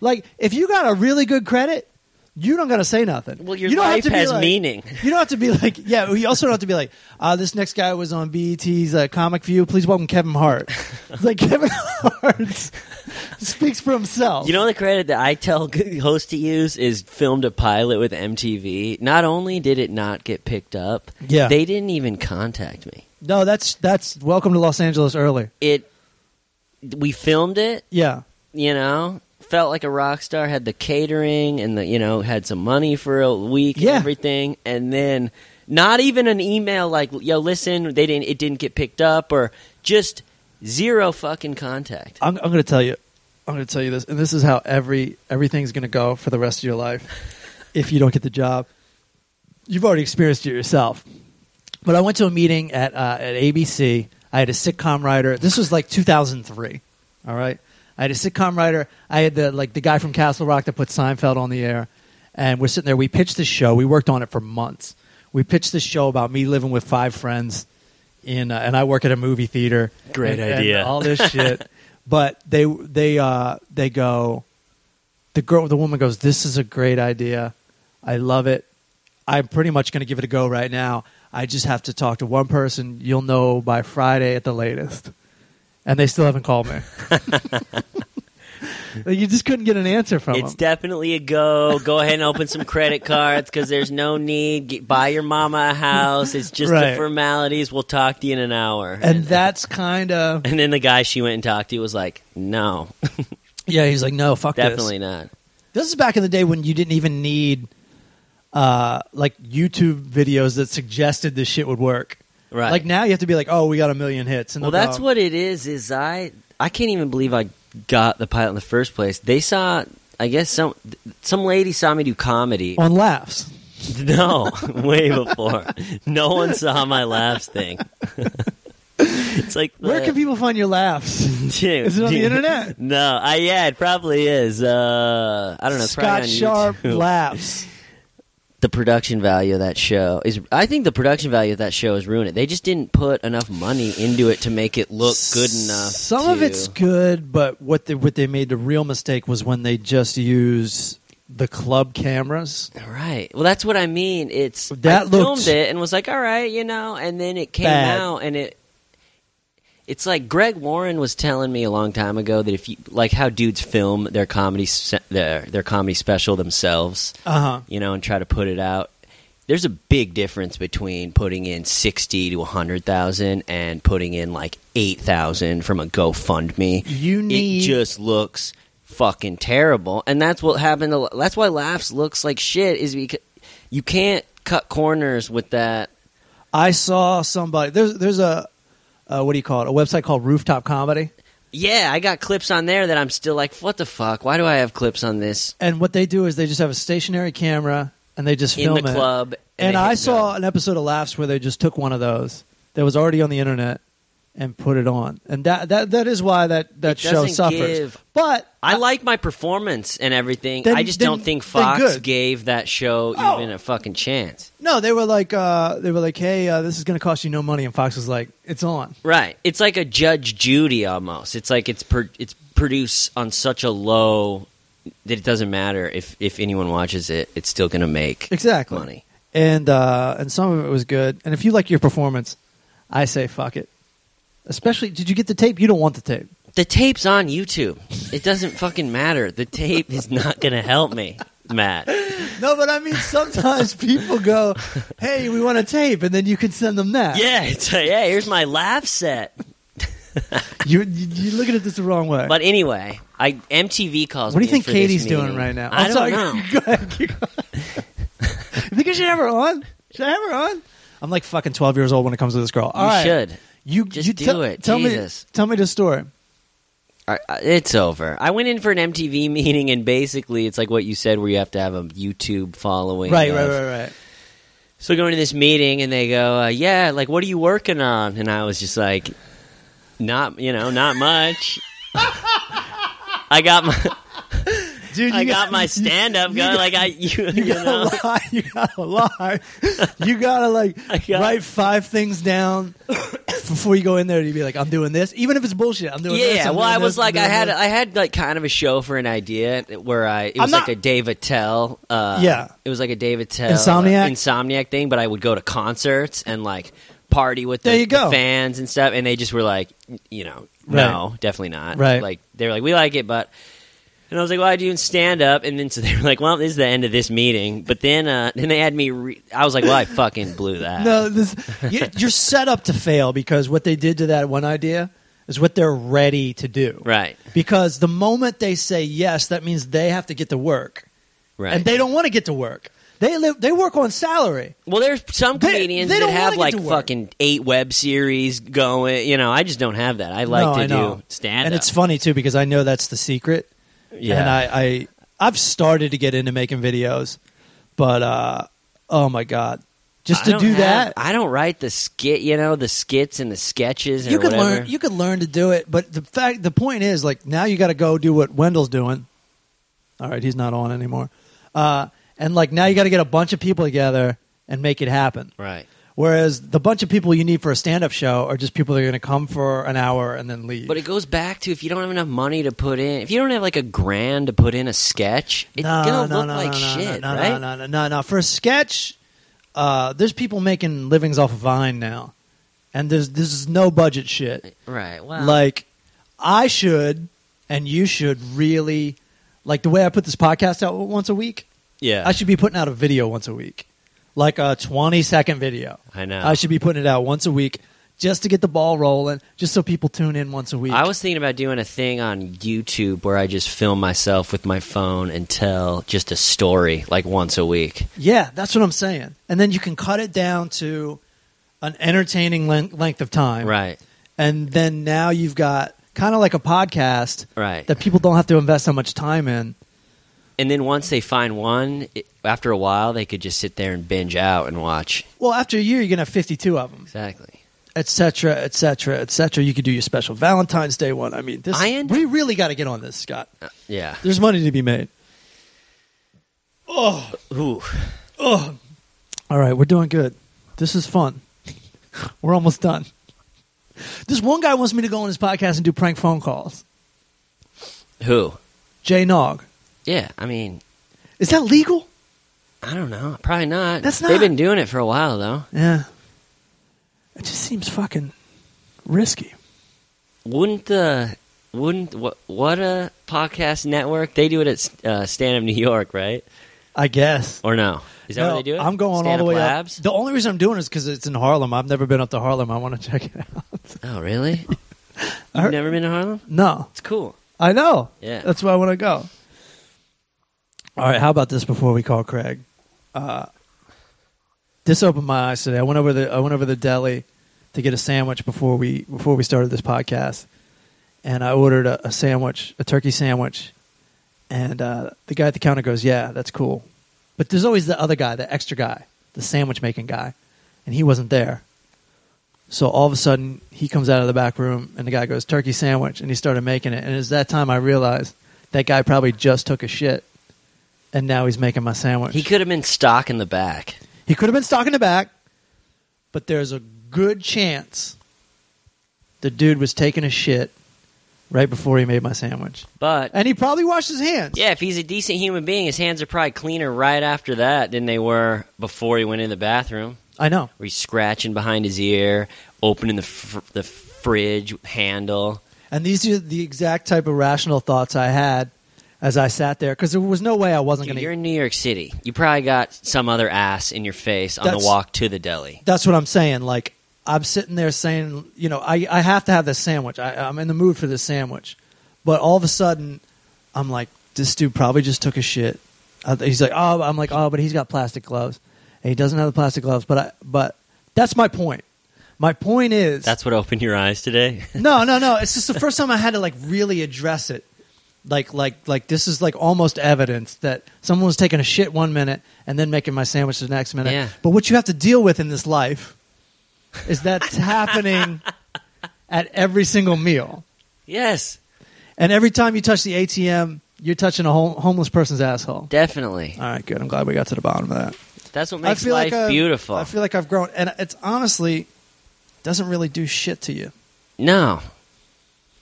Like if you got a really good credit, you don't got to say nothing. Well, your you don't life have to be has like- meaning. You don't have to be like, yeah. You also don't have to be like, uh, this next guy was on BET's uh, Comic View. Please welcome Kevin Hart. It's like Kevin Hart speaks for himself. You know the credit that I tell g- hosts to use is filmed a pilot with MTV. Not only did it not get picked up, Yeah. they didn't even contact me. no, that's that's welcome to Los Angeles early. It we filmed it, Yeah, you know, felt like a rock star, had the catering and the you know, had some money for a week Yeah. and everything and then not even an email like yo listen, they didn't it didn't get picked up or just zero fucking contact. I'm, I'm going to tell you. I'm going to tell you this, and this is how every everything's going to go for the rest of your life. if you don't get the job, you've already experienced it yourself. But I went to a meeting at uh, at ABC. I had a sitcom writer. This was like 2003. All right, I had a sitcom writer. I had the like the guy from Castle Rock that put Seinfeld on the air, and we're sitting there. We pitched this show. We worked on it for months. We pitched this show about me living with five friends, in uh, and I work at a movie theater. Great and- and idea. all this shit. but they they uh they go the girl the woman goes this is a great idea i love it i'm pretty much going to give it a go right now i just have to talk to one person you'll know by friday at the latest and they still haven't called me Like, you just couldn't get an answer from It's them definitely a go. Go ahead and open some credit cards because there's no need. Get, buy your mama a house. It's just the Right. formalities. We'll talk to you in an hour. and that's kind of and then the guy she went and talked to was like, "No, yeah he's like no fuck this definitely not." This is back in the day when you didn't even need uh, like YouTube videos that suggested this shit would work. Right. Like now you have to be like, oh, we got a million hits. And Well, they'll that's go, what it is. Is I I can't even believe I got the pilot in the first place. They saw. I guess some some lady saw me do comedy. on laughs. No, way before. No one saw my laughs thing. it's like Where the- can people find your laughs? Dude, Is it on the dude. internet? No, I yeah, it probably is. Uh, I don't know. it's probably Scott on Sharp YouTube. laughs. The production value of that show is. I think the production value of that show is ruined. They just didn't put enough money into it to make it look good enough. Some of to- it's good, but what they, what they made the real mistake was when they just used the club cameras. right. Well, that's what I mean. It's That I filmed looked- it and was like, all right, you know, and then it came Bad. out and it. It's like Greg Warren was telling me a long time ago that if you like how dudes film their comedy se- their their comedy special themselves, Uh huh. you know, and try to put it out. There's a big difference between putting in sixty to hundred thousand and putting in like eight thousand from a GoFundMe. You need- it just looks fucking terrible, and that's what happened. To, that's why laughs looks like shit is because you can't cut corners with that. I saw somebody. There's there's a uh, what do you call it? A website called Rooftop Comedy. Yeah, I got clips on there that I'm still like, what the fuck? Why do I have clips on this And what they do is they just have a stationary camera and they just in film the it. club? And they I hit saw go? an episode of Laughs where they just took one of those that was already on the internet and put it on. And that that that is why that that It show doesn't suffers. give- But I like my performance and everything. Then- I just then- don't think then Fox good. gave that show Oh. even a fucking chance. no, they were like uh, they were like, "Hey, uh, this is going to cost you no money." And Fox was like, "It's on." Right. It's like a Judge Judy almost. It's like it's pro- it's produced on such a low that it doesn't matter if if anyone watches it, it's still going to make Exactly. money. And uh, and some of it was good. And if you like your performance, I say fuck it. Especially, did you get the tape? You don't want the tape. The tape's on YouTube. It doesn't fucking matter. The tape is not going to help me, Matt. No, but I mean, sometimes people go, "Hey, we want a tape," and then you can send them that. Yeah, it's like, yeah, here's my laugh set. you, you you're looking at this the wrong way. But anyway, I MTV calls what do me you think in for this Katie's doing meeting. right now? I'm I don't sorry. know. Go ahead. keep going. you think I should have her on? Should I have her on? I'm like fucking 12 years old when it comes to this girl. All you right, should. You Just you do tell- it. Tell Jesus. me. Tell me the story. I- I- It's over. I went in for an MTV meeting, and basically, it's like what you said, where you have to have a YouTube following. Right, right, of- right, right. So I go into this meeting, and they go, uh, "Yeah, like, what are you working on?" And I was just like, "Not, you know, not much." I got my Dude, I got my stand up going. Like I, you, you, You know, gotta lie. You gotta lie. you gotta like I got- write five things down before you go in there. You'd be like, "I'm doing this," even if it's bullshit. I'm doing yeah. this. I'm well, doing I was this, I'm like, I doing had, this. I had like kind of a show for an idea where I, it I'm was not- like a Dave Attell, uh, Yeah. it was like a Dave Attell uh, Insomniac? insomniac thing. But I would go to concerts and like party with the, There you the go. fans and stuff, and they just were like, you know, no, definitely not. Right. Like they were like, we like it, but. And I was like, "Well, I do stand up," and then so they were like, "Well, this is the end of this meeting." But then, uh, then they had me. Re- I was like, "Well, I fucking blew that." No, this you, you're set up to fail because what they did to that one idea is what they're ready to do. right, Because the moment they say yes, that means they have to get to work, right. and they don't want to get to work. They live. They work on salary. Well, there's some They- comedians they that don't wanna have get like to work. fucking eight web series going. You know, I just don't have that. I No, like I to know. do stand up. and it's funny too because I know that's the secret. uh, Yeah. And I, I I've started to get into making videos, but uh, oh my god, just to don't do have- that, I don't write the skit. You know, the skits and the sketches. Or you could whatever. learn. You could learn to do it, but the fact, the point is, like now you got to go do what Wendell's doing. All right, he's not on anymore. Uh, and like now you got to get a bunch of people together and make it happen. right. Whereas the bunch of people you need for a stand-up show are just people that are going to come for an hour and then leave. But it goes back to if you don't have enough money to put in, if you don't have like a grand to put in a sketch, it's gonna look no, like shit, no, no, right? No, no, no, no, no. For a sketch, uh, there's people making livings off of Vine now, and there's this is no budget shit. Right. Well, Like, I should and you should really like the way I put this podcast out once a week. yeah, I should be putting out a video once a week, like a 20 second video. I know. I should be putting it out once a week just to get the ball rolling, just so people tune in once a week. I was thinking about doing a thing on YouTube where I just film myself with my phone and tell just a story like once a week. Yeah, that's what I'm saying. And then you can cut it down to an entertaining len- length of time. Right. And then now you've got kind of like a podcast Right. that people don't have to invest so much time in. and then once they find one, it, after a while, they could just sit there and binge out and watch. Well, after a year, you're going to have 52 of them, Exactly. et cetera, et cetera, et cetera. You could do your special Valentine's Day one. I mean, this, I end- we really got to get on this, Scott. Yeah. There's money to be made. Ooh. All right, we're doing good. This is fun. we're almost done. This one guy wants me to go on his podcast and do prank phone calls. Who? Jay Nog. Yeah. I mean, Is that legal? I don't know. Probably not. That's They've not- been doing it for a while though. Yeah. It just seems fucking risky. Wouldn't the wouldn't what what a podcast network? They do it at uh, Stand Up New York, right? I guess. Or no? Is that No, where they do it? I'm going Stand all the way Labs? up. The only reason I'm doing it is because it's in Harlem. I've never been up to Harlem. I want to check it out. Oh, really? I You've heard- never been to Harlem? No, It's cool. I know. Yeah. That's why I want to go. All right, how about this before we call Craig? Uh, this opened my eyes today. I went over the I went over the deli to get a sandwich before we before we started this podcast, and I ordered a, a sandwich, a turkey sandwich, and uh, the guy at the counter goes, "Yeah, that's cool," but there's always the other guy, the extra guy, the sandwich making guy, and he wasn't there. So all of a sudden, he comes out of the back room, and the guy goes turkey sandwich, and he started making it. And it's that time I realized that guy probably just took a shit, and now he's making my sandwich. He could have been stock in the back. He could have been stocking the back, but there's a good chance the dude was taking a shit right before he made my sandwich. But And he probably washed his hands. yeah, if he's a decent human being, his hands are probably cleaner right after that than they were before he went in the bathroom. I know. Where he's scratching behind his ear, opening the fr- the fridge handle. And these are the exact type of rational thoughts I had as I sat there because there was no way I wasn't Dude, going you're to. in New York City. You probably got some other ass in your face on the That's- walk to the deli. That's what I'm saying. Like, I'm sitting there saying, you know, I, I have to have this sandwich. I, I'm in the mood for this sandwich. But all of a sudden, I'm like, this dude probably just took a shit. Uh, He's like, oh, I'm like, oh, but he's got plastic gloves. And he doesn't have the plastic gloves. But I, but that's my point. My point is. That's what opened your eyes today. No, no, no. It's just the first time I had to like really address it. Like, like, like this is like almost evidence that someone was taking a shit one minute and then making my sandwich the next minute. Yeah. But what you have to deal with in this life is that's happening at every single meal. yes, And every time you touch the ATM, you're touching a hom- homeless person's asshole. definitely. All right, good. I'm glad we got to the bottom of that. That's what makes life uh, beautiful. I feel like I've grown, and it's honestly doesn't really do shit to you. no,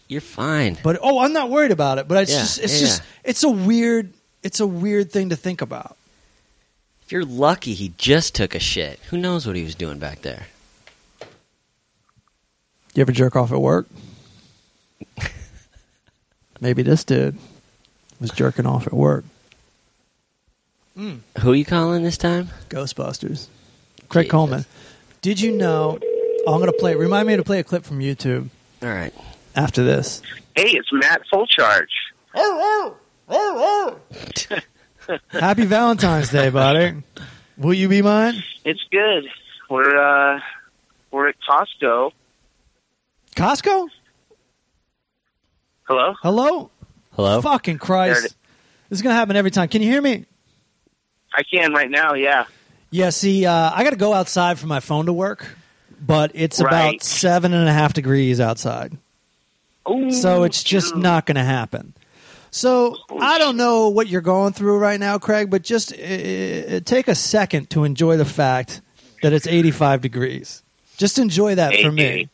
you're fine. But oh, I'm not worried about it. But it's Yeah, just it's yeah, just it's a weird it's a weird thing to think about. If you're lucky, he just took a shit. Who knows what he was doing back there? You ever jerk off at work? Maybe this dude was jerking off at work. Who you calling this time? Ghostbusters. Craig Jesus. Coleman. Did you know? oh, I'm gonna play. Remind me to play a clip from YouTube All right. after this. Hey, it's Matt Full Charge. Happy Valentine's Day, buddy. Will you be mine? It's good. We're uh, we're at Costco. Costco. Hello. Hello. Hello. Fucking There it Christ. is. This is gonna happen every time. Can you hear me? I can right now. Yeah. Yeah, see, uh, I got to go outside for my phone to work, but it's about Right. seven and a half degrees outside. Ooh, So it's just dude. not going to happen. So I don't know what you're going through right now, Craig, but just uh, uh, take a second to enjoy the fact that it's 85 degrees. Just enjoy that for me.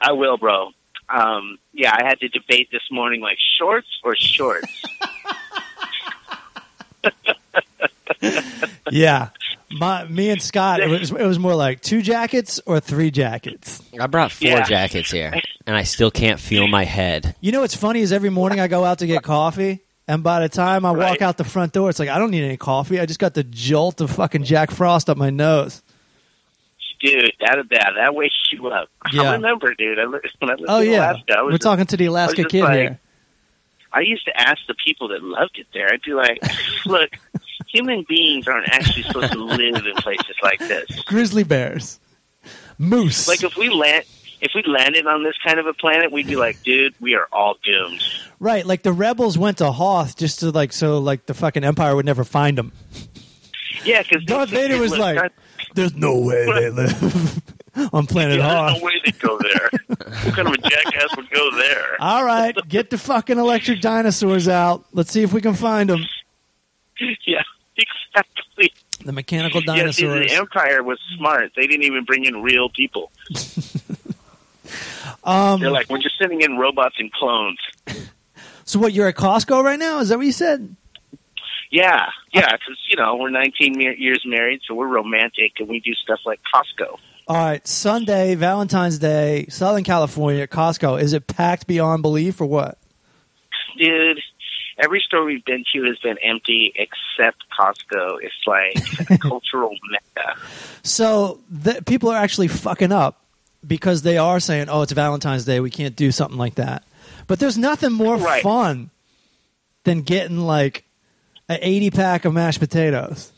I will, bro. Um, yeah, I had to debate this morning, like shorts or shorts. Yeah. My, me and Scott, it was, it was more like two jackets or three jackets. I brought four Yeah. jackets here, and I still can't feel my head. You know what's funny is every morning I go out to get coffee, and by the time I walk Right. out the front door, it's like I don't need any coffee. I just got the jolt of fucking Jack Frost up my nose. dude, that that that wakes you up. Yeah. I remember, dude. I, li- when I lived Oh in yeah, Alaska, I was we're just- talking to the Alaska just kid like- here. I used to ask the people that loved it there. I'd be like, "Look, human beings aren't actually supposed to live in places like this. Grizzly bears, moose. Like if we land, if we landed on this kind of a planet, we'd be like, dude, we are all doomed." right, like the rebels went to Hoth just to like so like the fucking Empire would never find them. Yeah, because Darth Vader was like, "There's no way they live on planet "There's Hoth." no way they go there. what kind of a jackass would go there?" All right, get the fucking electric dinosaurs out. Let's see if we can find them. yeah, exactly. The mechanical Yeah, see, dinosaurs. the Empire was smart. They didn't even bring in real people. um, They're like, we're just sending in robots and clones. So what? You're at Costco right now? Is that what you said? Yeah, yeah, because you know we're 19 mar- years married, so we're romantic and we do stuff like Costco. All right, Sunday, Valentine's Day, Southern California, Costco. Is it packed beyond belief or what? Dude, every store we've been to has been empty except Costco. It's like a cultural mecca. So the, people are actually fucking up because they are saying, "Oh, it's Valentine's Day. We can't do something like that." But there's nothing more Right. fun than getting like an 80 pack of mashed potatoes.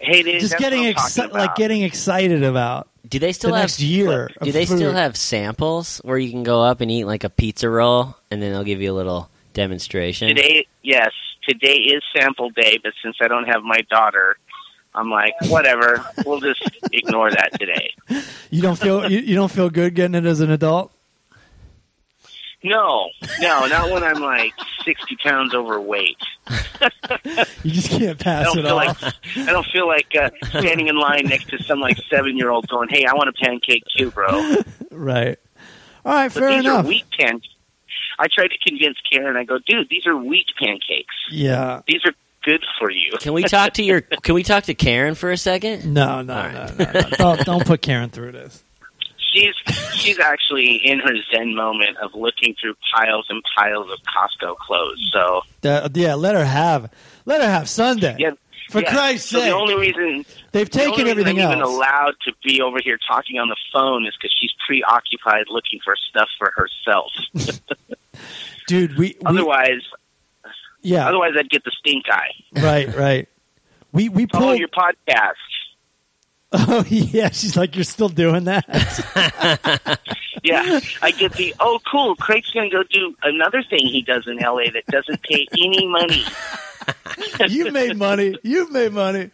Hey, dude, Just that's getting what I'm exci- talking like about. getting excited about. Do they still The have next year Do of they still food. have samples where you can go up and eat like a pizza roll, and then they'll give you a little demonstration? today. Yes, today is sample day, but since I don't have my daughter, I'm like, whatever. We'll just ignore that today. You don't feel you, you don't feel good getting it as an adult. No, no, not when I'm like 60 pounds overweight. You just can't I pass don't it feel like off. I don't feel like uh, standing in line next to some like seven year old going, "Hey, I want a pancake too, bro." right. All right. But Fair these enough. are weak pancakes. I tried to convince Karen. I go, "Dude, these are weak pancakes. Yeah. These are good for you." Can we talk to your? Can we talk to Karen for a second? No. No. All No, right. no. no. Don't, don't put Karen through this. She's she's actually in her zen moment of looking through piles and piles of Costco clothes. So That- yeah. Let her have. Let her have Sunday. yeah, For yeah. Christ's so sake. the only reason They've the taken only reason everything I'm else. even allowed to be over here talking on the phone is because she's preoccupied looking for stuff for herself. Dude, we, we- otherwise, yeah, otherwise I'd get the stink eye. right, right. We we Follow pulled. your podcast. Oh yeah, she's like, you're still doing that. Yeah, I get the oh cool. Craig's gonna go do another thing he does in L.A. that doesn't pay any money. you made money. You made money.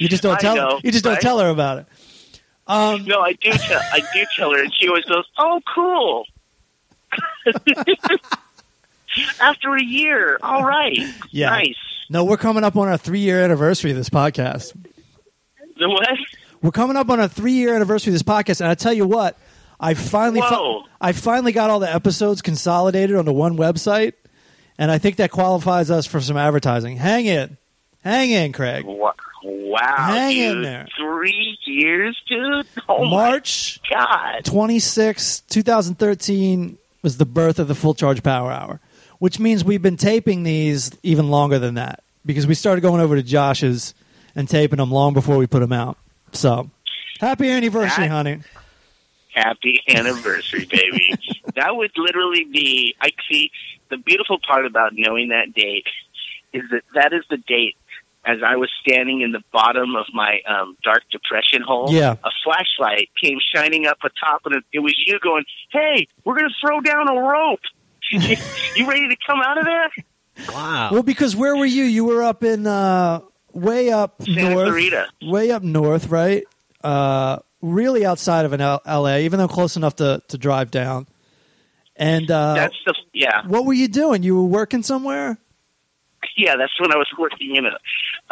You just don't I tell. know, you just don't right? tell her about it. Um, No, I do tell I do tell her, and she always goes, "Oh, cool." After a year, all right, Yeah. nice. no, we're coming up on our three year anniversary of this podcast. The what? We're coming up on our three year anniversary of this podcast, and I tell you what, I finally, fi- Whoa. I finally got all the episodes consolidated onto one website, and I think that qualifies us for some advertising. Hang in, hang in, Craig. Wa- Wow, Hang in dude. there. Three years, dude. Oh March my god. 26, 2013 was the birth of the full charge power hour, which means we've been taping these even longer than that because we started going over to Josh's and taping them long before we put them out. So, happy anniversary, That- honey. Happy anniversary, baby. that would literally be. I see. The beautiful part about knowing that date is that that is the date. As I was standing in the bottom of my um, dark depression hole, Yeah. a flashlight came shining up atop, and it- it was you going, "Hey, we're going to throw down a rope. you you ready to come out of there, Oh. Wow. Well, because where were you? You were up in uh, way up Santa north, Clarita?" way up north, right? Uh, really outside of an L- LA, even though close enough to, to drive down. And uh, That's the yeah. what were you doing? You were working somewhere? yeah, that's when I was working in a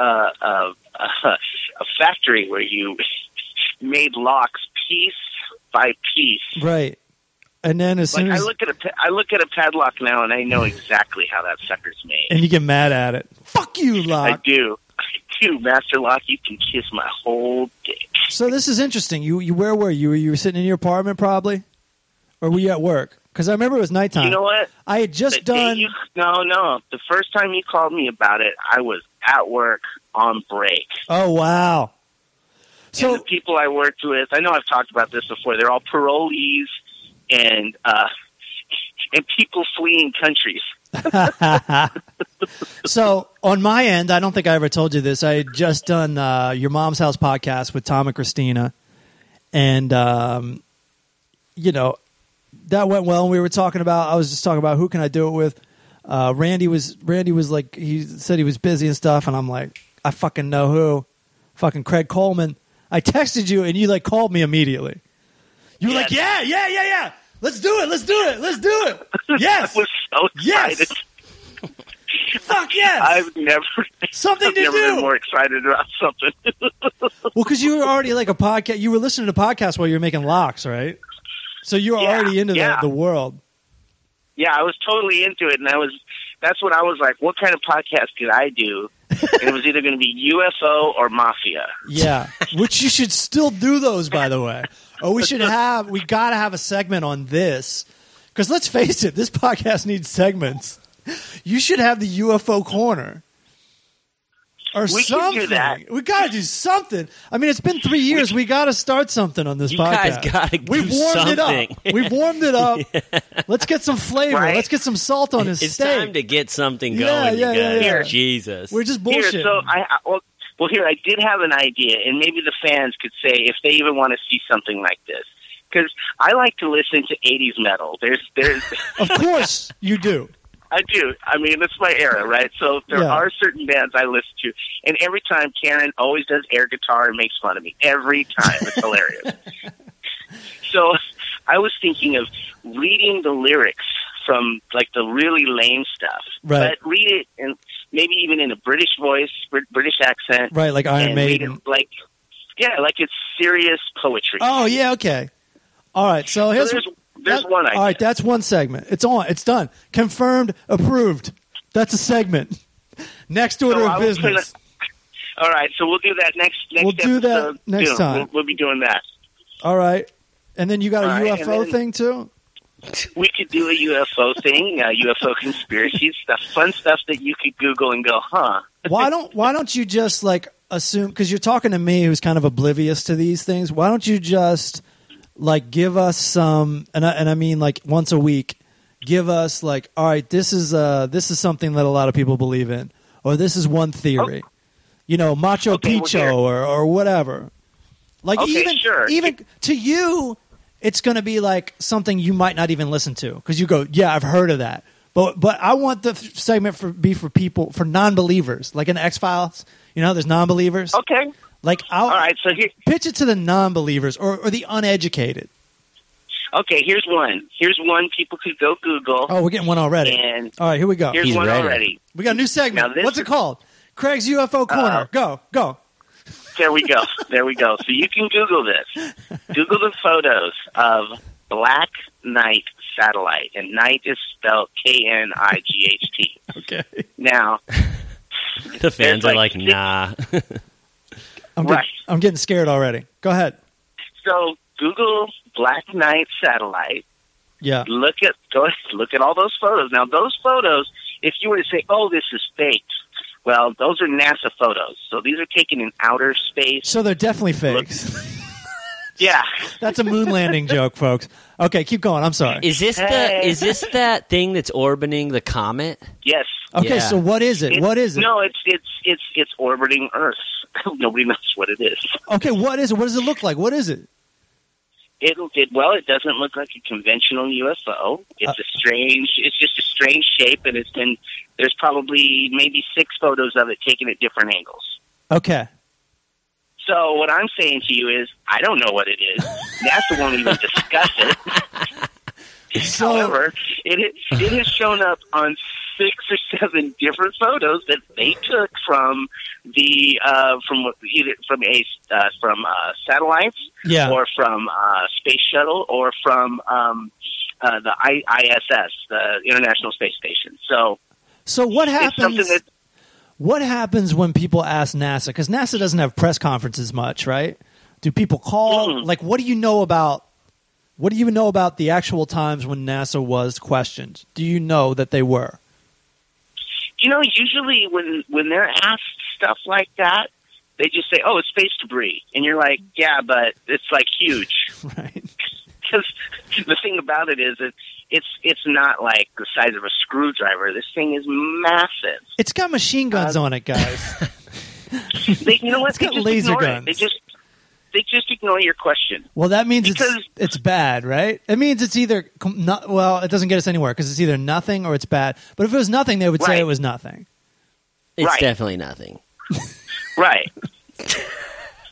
uh, uh, uh, a factory where you made locks piece by piece. Right. And then as Like soon I as look at a pa- I look at a padlock now and I know exactly how that sucker's made. Mm. and you get mad at it. Fuck you, I lock. do, I do, Master Lock. You can kiss my whole dick. So this is interesting. You you where were you? You were sitting in your apartment probably? Or were you at work? Because I remember it was nighttime. You know what? I had just The day done you- no, no. The first time you called me about it, I was at work on break. Oh wow. and the So people I worked with, I know I've talked about this before. They're all parolees and uh, and people fleeing countries. so on my end, I don't think I ever told you this. I had just done uh, your mom's house podcast with Tom and Christina, and um, you know that went well. And we were talking about. I was just talking about who can I do it with. Uh, Randy was Randy was like he said he was busy and stuff, and I'm like I fucking know who, fucking Craig Coleman. I texted you and you like called me immediately. You were like, yeah, yeah, yeah, yeah. Let's do it. Let's do it. Let's do it. Yes. I was so Yes. excited. Fuck yes. I've never, Something I've to never do. been more excited about something. Well, because you were already like a podcast. You were listening to podcasts while you were making locks, right? So you were Yeah, already into yeah. the, the world. yeah, I was totally into it, and I was. That's what I was like. What kind of podcast could I do? and it was either going to be UFO or mafia. Yeah, which you should still do those, by the way. Or we should have. We got to have a segment on this because let's face it, this podcast needs segments. You should have the UFO corner. Or We something. can do that. We gotta do something. I mean, it's been three years. We, gotta start something on this You guys podcast. gotta do We've warmed something. it up. We've warmed it up. Let's get some flavor. Right? Let's get some salt on his It's steak. time to get something Yeah, going, yeah, you yeah, guys. yeah. Jesus. We're just Here, bullshit. so I, I well, well, here I did have an idea, and maybe the fans could say if they even want to see something like this. Because I like to listen to '80s metal. There's, there's, of course you do. I do. I mean, it's my era, right? So there Yeah. are certain bands I listen to, and every time Karen always does air guitar and makes fun of me every time. It's hilarious. So I was thinking of reading the lyrics from like the really lame stuff, Right. but read it and maybe even in a British voice, Br- British accent, Right, like Iron and read Maiden. it like yeah, like it's serious poetry. Oh yeah, okay. All right, so So here's there's there's that- one idea. All right, that's one segment. It's on. It's done. Confirmed. Approved. That's a segment. Next order So I of will put business. All right, so we'll do that next next We'll do that episode next soon. time. We'll, we'll be doing that. All right, and then you got a All right, and UFO then- thing too. We could do a UFO thing, uh, UFO conspiracy stuff, fun stuff that you could Google and go, huh? why don't why don't you just like assume because you're talking to me who's kind of oblivious to these things why don't you just like give us some and I, and I mean like once a week give us like all right this is uh this is something that a lot of people believe in or this is one theory you know macho Oh. Okay, well, picho here. or or whatever like Okay, even sure. even to you it's going to be like something you might not even listen to because you go, yeah, I've heard of that. But but I want the f- segment for be for people for non-believers, like in X Files. You know, there's non-believers. Okay. Like I'll All right, so here, pitch it to the non-believers or, or the uneducated. okay, here's one. Here's one people could go Google, Oh, we're getting one already. and All right, here we go. here's He's one ready. already. We got a new Now segment. this What's it is- Uh, called? Craig's UFO Corner. go go. There we go. there we go. So you can Google this. Google the photos of Black Knight satellite, and Knight is spelled K N I G H T. Okay. Now, The fans There's are like like, nah. I'm get- Right. I'm getting scared already. Go ahead. so Google Black Knight satellite. Yeah. look at go look at all those photos. Now those photos, if you were to say, "Oh, this is fake," well, those are NASA photos. So these are taken in outer space. So they're definitely fakes. Yeah, That's a moon landing joke, folks. Okay, keep going. I'm sorry. Is this Hey. the is this that thing that's orbiting the comet? yes. Okay, Yeah. so what is it? It's- What is it? No, it's it's it's it's orbiting Earth. Nobody knows what it is. Okay, what is it? What does it look like? What is it? It it well, it doesn't look like a conventional UFO. It's a strange. It's just a strange shape, and it's been there's probably maybe six photos of it taken at different angles. Okay. So what I'm saying to you is, I don't know what it is. NASA won't even discuss it. So- However, it is- it has shown up on six or seven different photos that they took from the uh, from either from a uh, from uh, satellites Yeah. or from uh, space shuttle or from um, uh, the I- ISS, the International Space Station. So So what it's something happens? that what happens when people ask NASA? Because NASA doesn't have press conferences much, right? Do people call? Mm. Like, what do you know about? What do you know about the actual times when NASA was questioned? Do you know that they were? you know, usually when when they're asked stuff like that, they just say, "Oh, it's space debris," and you're like, "Yeah, but it's like huge." Right. Because the thing about it is, it's it's it's not like the size of a screwdriver. This thing is massive. It's got machine Uh, guns on it, guys. They, you know what? It's they got just laser ignore guns. It. They just they just ignore your question. Well, that means it's Because- it's bad, right? It means it's either com- not, well, it doesn't get us anywhere because it's either nothing or it's bad. But if it was nothing, they would say Right. it was nothing. It's Right. definitely nothing. Right.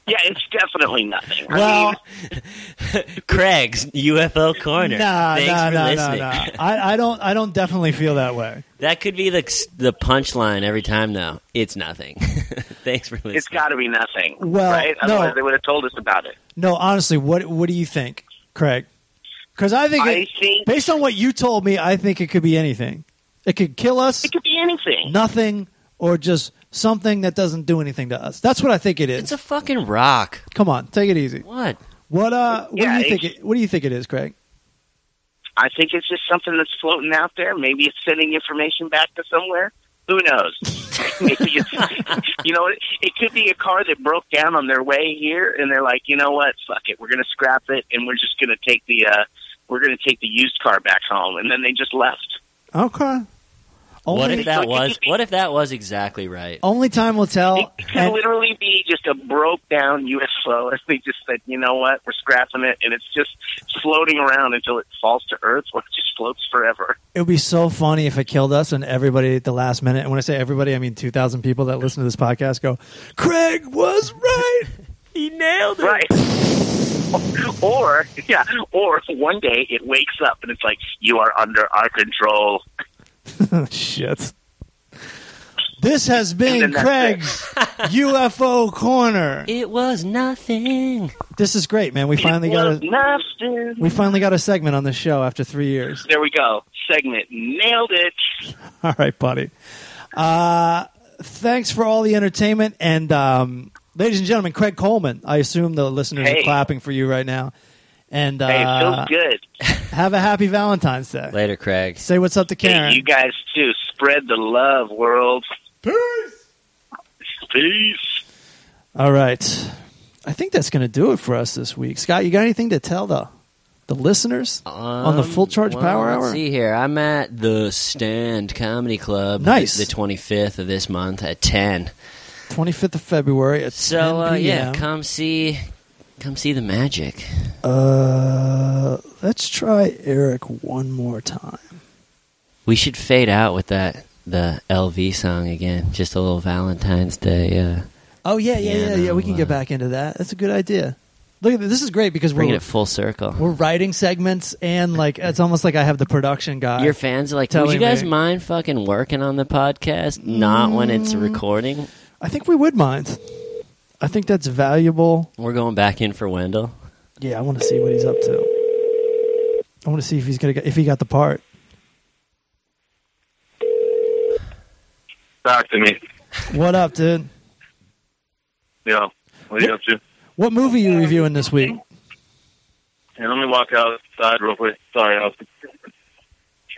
yeah, it's definitely nothing. I Well, mean, Craig's UFO corner. Nah, Thanks nah, for nah, nah, listening. nah. I, I don't. I don't definitely feel that way. That could be the the punchline every time, though. It's nothing. Thanks for listening. it's got to be nothing. Well, right? no. Otherwise, they would have told us about it. No, honestly, what what do you think, Craig? Because I think, I it, think based on what you told me, I think it could be anything. It could kill us, it could be anything. nothing, or just something that doesn't do anything to us. That's what I think it is. It's a fucking rock. Come on, take it easy. What? What uh? What Yeah, do you think? it's- It, what do you think it is, Craig? I think it's just something that's floating out there. Maybe it's sending information back to somewhere. Who knows? Maybe it's, you know, it, it could be a car that broke down on their way here, and they're like, you know what? Fuck it, we're gonna scrap it, and we're just gonna take the uh, we're gonna take the used car back home, and then they just left. Okay. Only, what if that Like, it was? could be- What if that was exactly right? only time will tell. It could And literally be just a broke down UFO, and they just said, you know what, we're scrapping it, and it's just floating around until it falls to Earth, or it just floats forever. it would be so funny if it killed us and everybody at the last minute. And when I say everybody, I mean two thousand people that listen to this podcast go, "Craig was right." He nailed it. Right. or yeah, or one day it wakes up and it's like you are under our control. Shit. This has been And then that's Craig's UFO corner. It was nothing. This is great, man. We finally It got was a nothing. we finally got a segment on the show after three years. There we go. Segment nailed it. All right, buddy. Uh, thanks for all the entertainment and um, ladies and gentlemen, Craig Coleman. I assume the listeners are Hey. clapping for you right now. And Hey, it uh, feels good. have a happy Valentine's Day. Later, Craig. Say what's up to Karen. Hey, you guys too. Spread the love, world. Peace. Peace. All right. I think that's going to do it for us this week. Scott, you got anything to tell the the listeners on the full charge Um, well, power let's hour? See here, I'm at the Stand Comedy Club. Nice. the 25th of this month at 10. 25th of February at So 10 uh, yeah, p.m. come see, come see the magic. Uh, let's try Eric one more time. We should fade out with that the LV song again. Just a little Valentine's Day. Uh, Oh yeah, yeah, yeah, yeah. We Piano, can get uh, back into that. That's a good idea. Look at this. This is great because bringing we're it full circle. we're writing segments and like it's almost like I have the production guy. Your fans are like, Telling would you guys me- mind fucking working on the podcast? Not when Mm. it's recording. I think we would mind. I think that's valuable. We're going back in for Wendell. Yeah, I want to see what he's up to. I want to see if he's gonna get, if he got the part. Talk to me. What up, dude? Yeah. What are you up to? What movie you reviewing this week? And let me walk outside real quick. Sorry, I'll,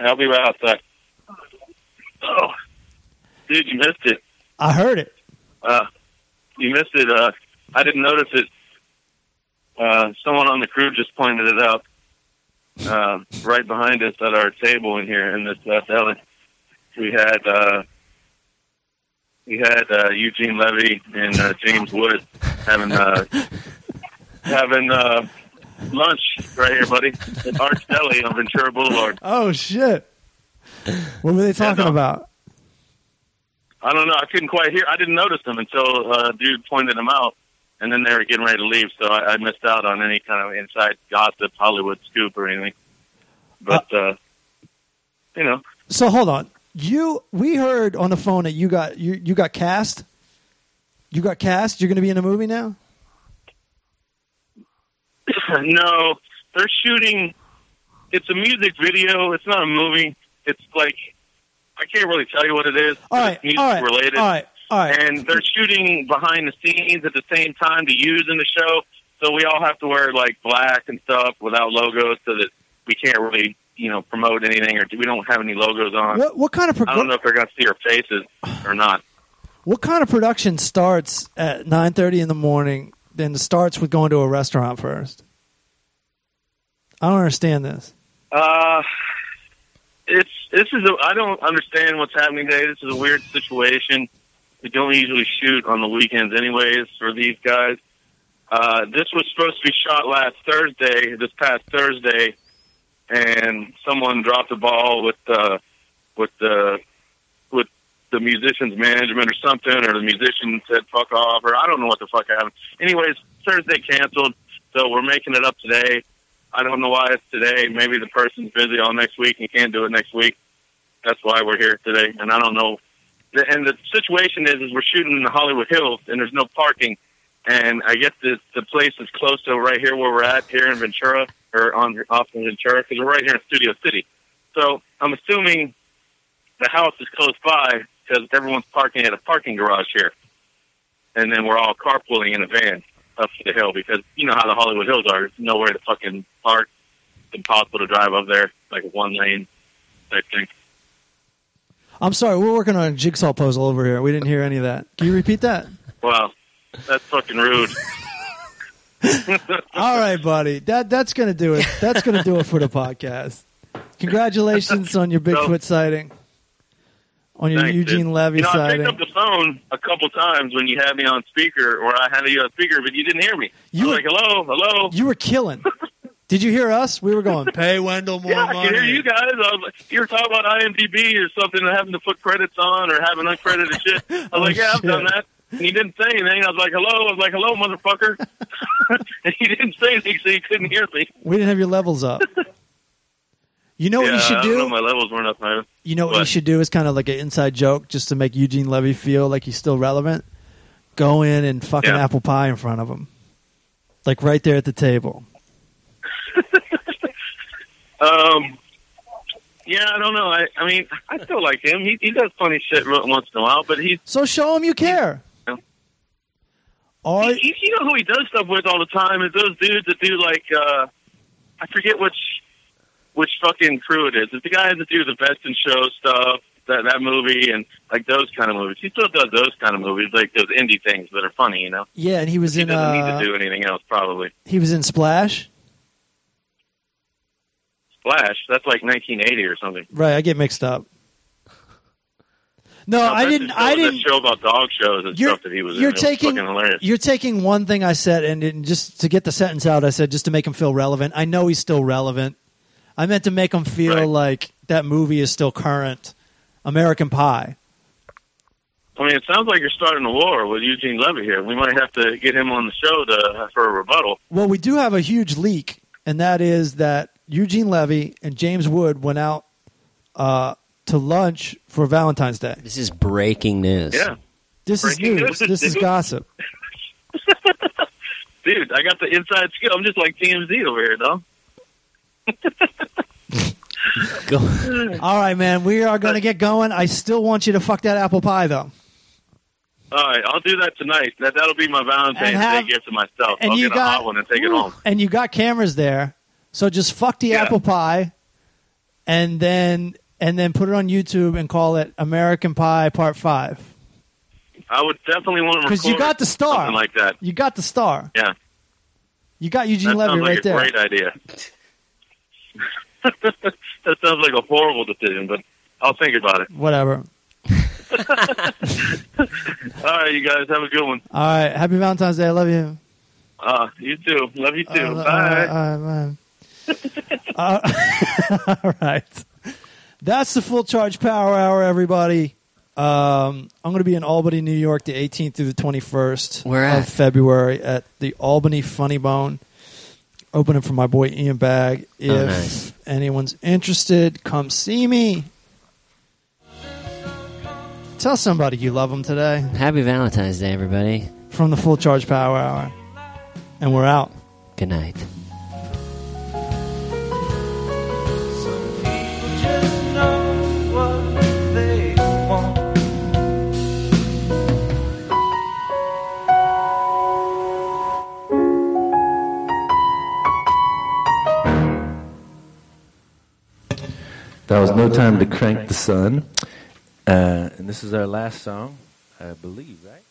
I'll be right outside. Oh, dude, you missed it. I heard it. Uh, you missed it. Uh, I didn't notice it. Uh, someone on the crew just pointed it out uh, right behind us at our table in here in this left alley. We had uh, we had uh, Eugene Levy and uh, James Wood having uh, having uh, lunch right here, buddy, at Arch Deli on Ventura Boulevard. Oh shit! What were they talking no. about? I don't know. I couldn't quite hear. I didn't notice them until uh, dude pointed them out, and then they were getting ready to leave, so I, I missed out on any kind of inside gossip, Hollywood scoop, or anything. But uh, you know, So hold on. You we heard on the phone that you got you you got cast. You got cast. You're going to be in a movie now. no, they're shooting. It's a music video. It's not a movie. It's like I can't really tell you what it is. All but right. it's music all right. related. All right. All right. and they're shooting behind the scenes at the same time to use in the show. So we all have to wear like black and stuff without logos, so that we can't really, you know, promote anything or we don't have any logos on. what what kind of I don't know pro- if they're going to see our faces or not. what kind of production starts at nine thirty in the morning? Then starts with going to a restaurant first. I don't understand this. Uh, it's this is a, I don't understand what's happening today. This is a weird situation. We don't usually shoot on the weekends, anyways, for these guys. Uh, this was supposed to be shot last Thursday, this past Thursday, and someone dropped the ball with uh, with the with the musician's management or something, or the musician said "fuck off," or I don't know what the fuck happened. Anyways, Thursday canceled, so we're making it up today. I don't know why it's today. Maybe the person's busy all next week and can't do it next week. That's why we're here today. And I don't know. The- And the situation is, is we're shooting in the Hollywood Hills and there's no parking. And I guess the the place is close to right here where we're at here in Ventura or on off in Ventura because we're right here in Studio City. So I'm assuming the house is close by because everyone's parking at a parking garage here. And then we're all carpooling in a van up the hill because you know how the Hollywood Hills are. There's nowhere to fucking park. It's impossible to drive up there, like one lane type thing. I'm sorry. We're working on a jigsaw puzzle over here. We didn't hear any of that. Can you repeat that? Wow, that's fucking rude. All right, buddy. That that's gonna do it. That's gonna do it for the podcast. Congratulations on your Bigfoot sighting. on your Thanks, dude. Eugene Levy You know, I sighting. picked up the phone a couple times when you had me on speaker, or I had you on speaker, but you didn't hear me. You You were- were like, "Hello, hello." you were killing. Did you hear us? We were going pay Wendell more yeah, I money. can hear you guys. I was like, you were talking about IMDb or something, and having to put credits on or having uncredited shit. I was Oh, like, "Yeah, I've shit. done that." And you didn't say anything. I was like, "Hello," I was like, "Hello, motherfucker," and you didn't say anything, so you couldn't hear me. We didn't have your levels up. You know what yeah, you should I don't know, do? my levels weren't up, man. You know what, you What? should do is kind of like an inside joke just to make Eugene Levy feel like he's still relevant. Go in and fucking Yeah. apple pie in front of him. Like right there at the table. Um, yeah, I don't know. I, I mean, I still like him. He, he does funny shit once in a while, but he's So show him you care. Yeah. Or you, you know who he does stuff with all the time is those dudes that do like uh I forget which which fucking crew it is. It's the guys that do the best in show stuff, that that movie and like those kind of movies. He still does those kind of movies, like those indie things that are funny, you know. yeah, and he was He in doesn't uh, need to do anything else probably. he was in Splash. Flash, that's like nineteen eighty or something. Right, I get mixed up. No, No, I that's didn't. the show, I that didn't. show about dog shows and You're- stuff that he was you're in. It was taking- fucking hilarious. You're taking one thing I said and, and just to get the sentence out, I said just to make him feel relevant. I know he's still relevant. I meant to make him feel Right. like that movie is still current. American Pie. I mean, it sounds like you're starting a war with Eugene Levy here. We might have to get him on the show to, for a rebuttal. Well, we do have a huge leak, and that is that Eugene Levy and James Wood went out uh, to lunch for Valentine's Day. This is breaking news. Yeah. This is Breaking news. news, This is dude. gossip. Dude, I got the inside scoop. I'm just like TMZ over here, though. Go, All right, man. We are going to get going. I still want you to fuck that apple pie, though. All right, I'll do that tonight. That that'll be my Valentine's And have- Day gift to myself. and I'll you get got- a hot one and take it home. and you got cameras there, so just fuck the Yeah. apple pie, and then and then put it on YouTube and call it American Pie Part Five I would definitely want to because record you got the star. something like that. you got the star. Yeah, You got Eugene that Levy sounds like right a there. great idea. that sounds like a horrible decision, but I'll think about it. Whatever. All right, you guys have a good one. All right. Happy Valentine's Day. I love you. Uh, you too. Love you too. Uh, Bye. all right, all right, bye. Uh, all right. That's the full charge power hour, everybody. Um, I'm going to be in Albany, New York, the 18th through the 21st Where of at? February at the Albany Funny Bone. Opening for my boy Ian Bag. If Oh, nice. anyone's interested, come see me. Tell somebody you love them today happy Valentine's Day, everybody. from the Full Charge Power Hour. And we're out. Good night. That was No Time to Crank the Sun. Uh, and this is our last song, I believe, right?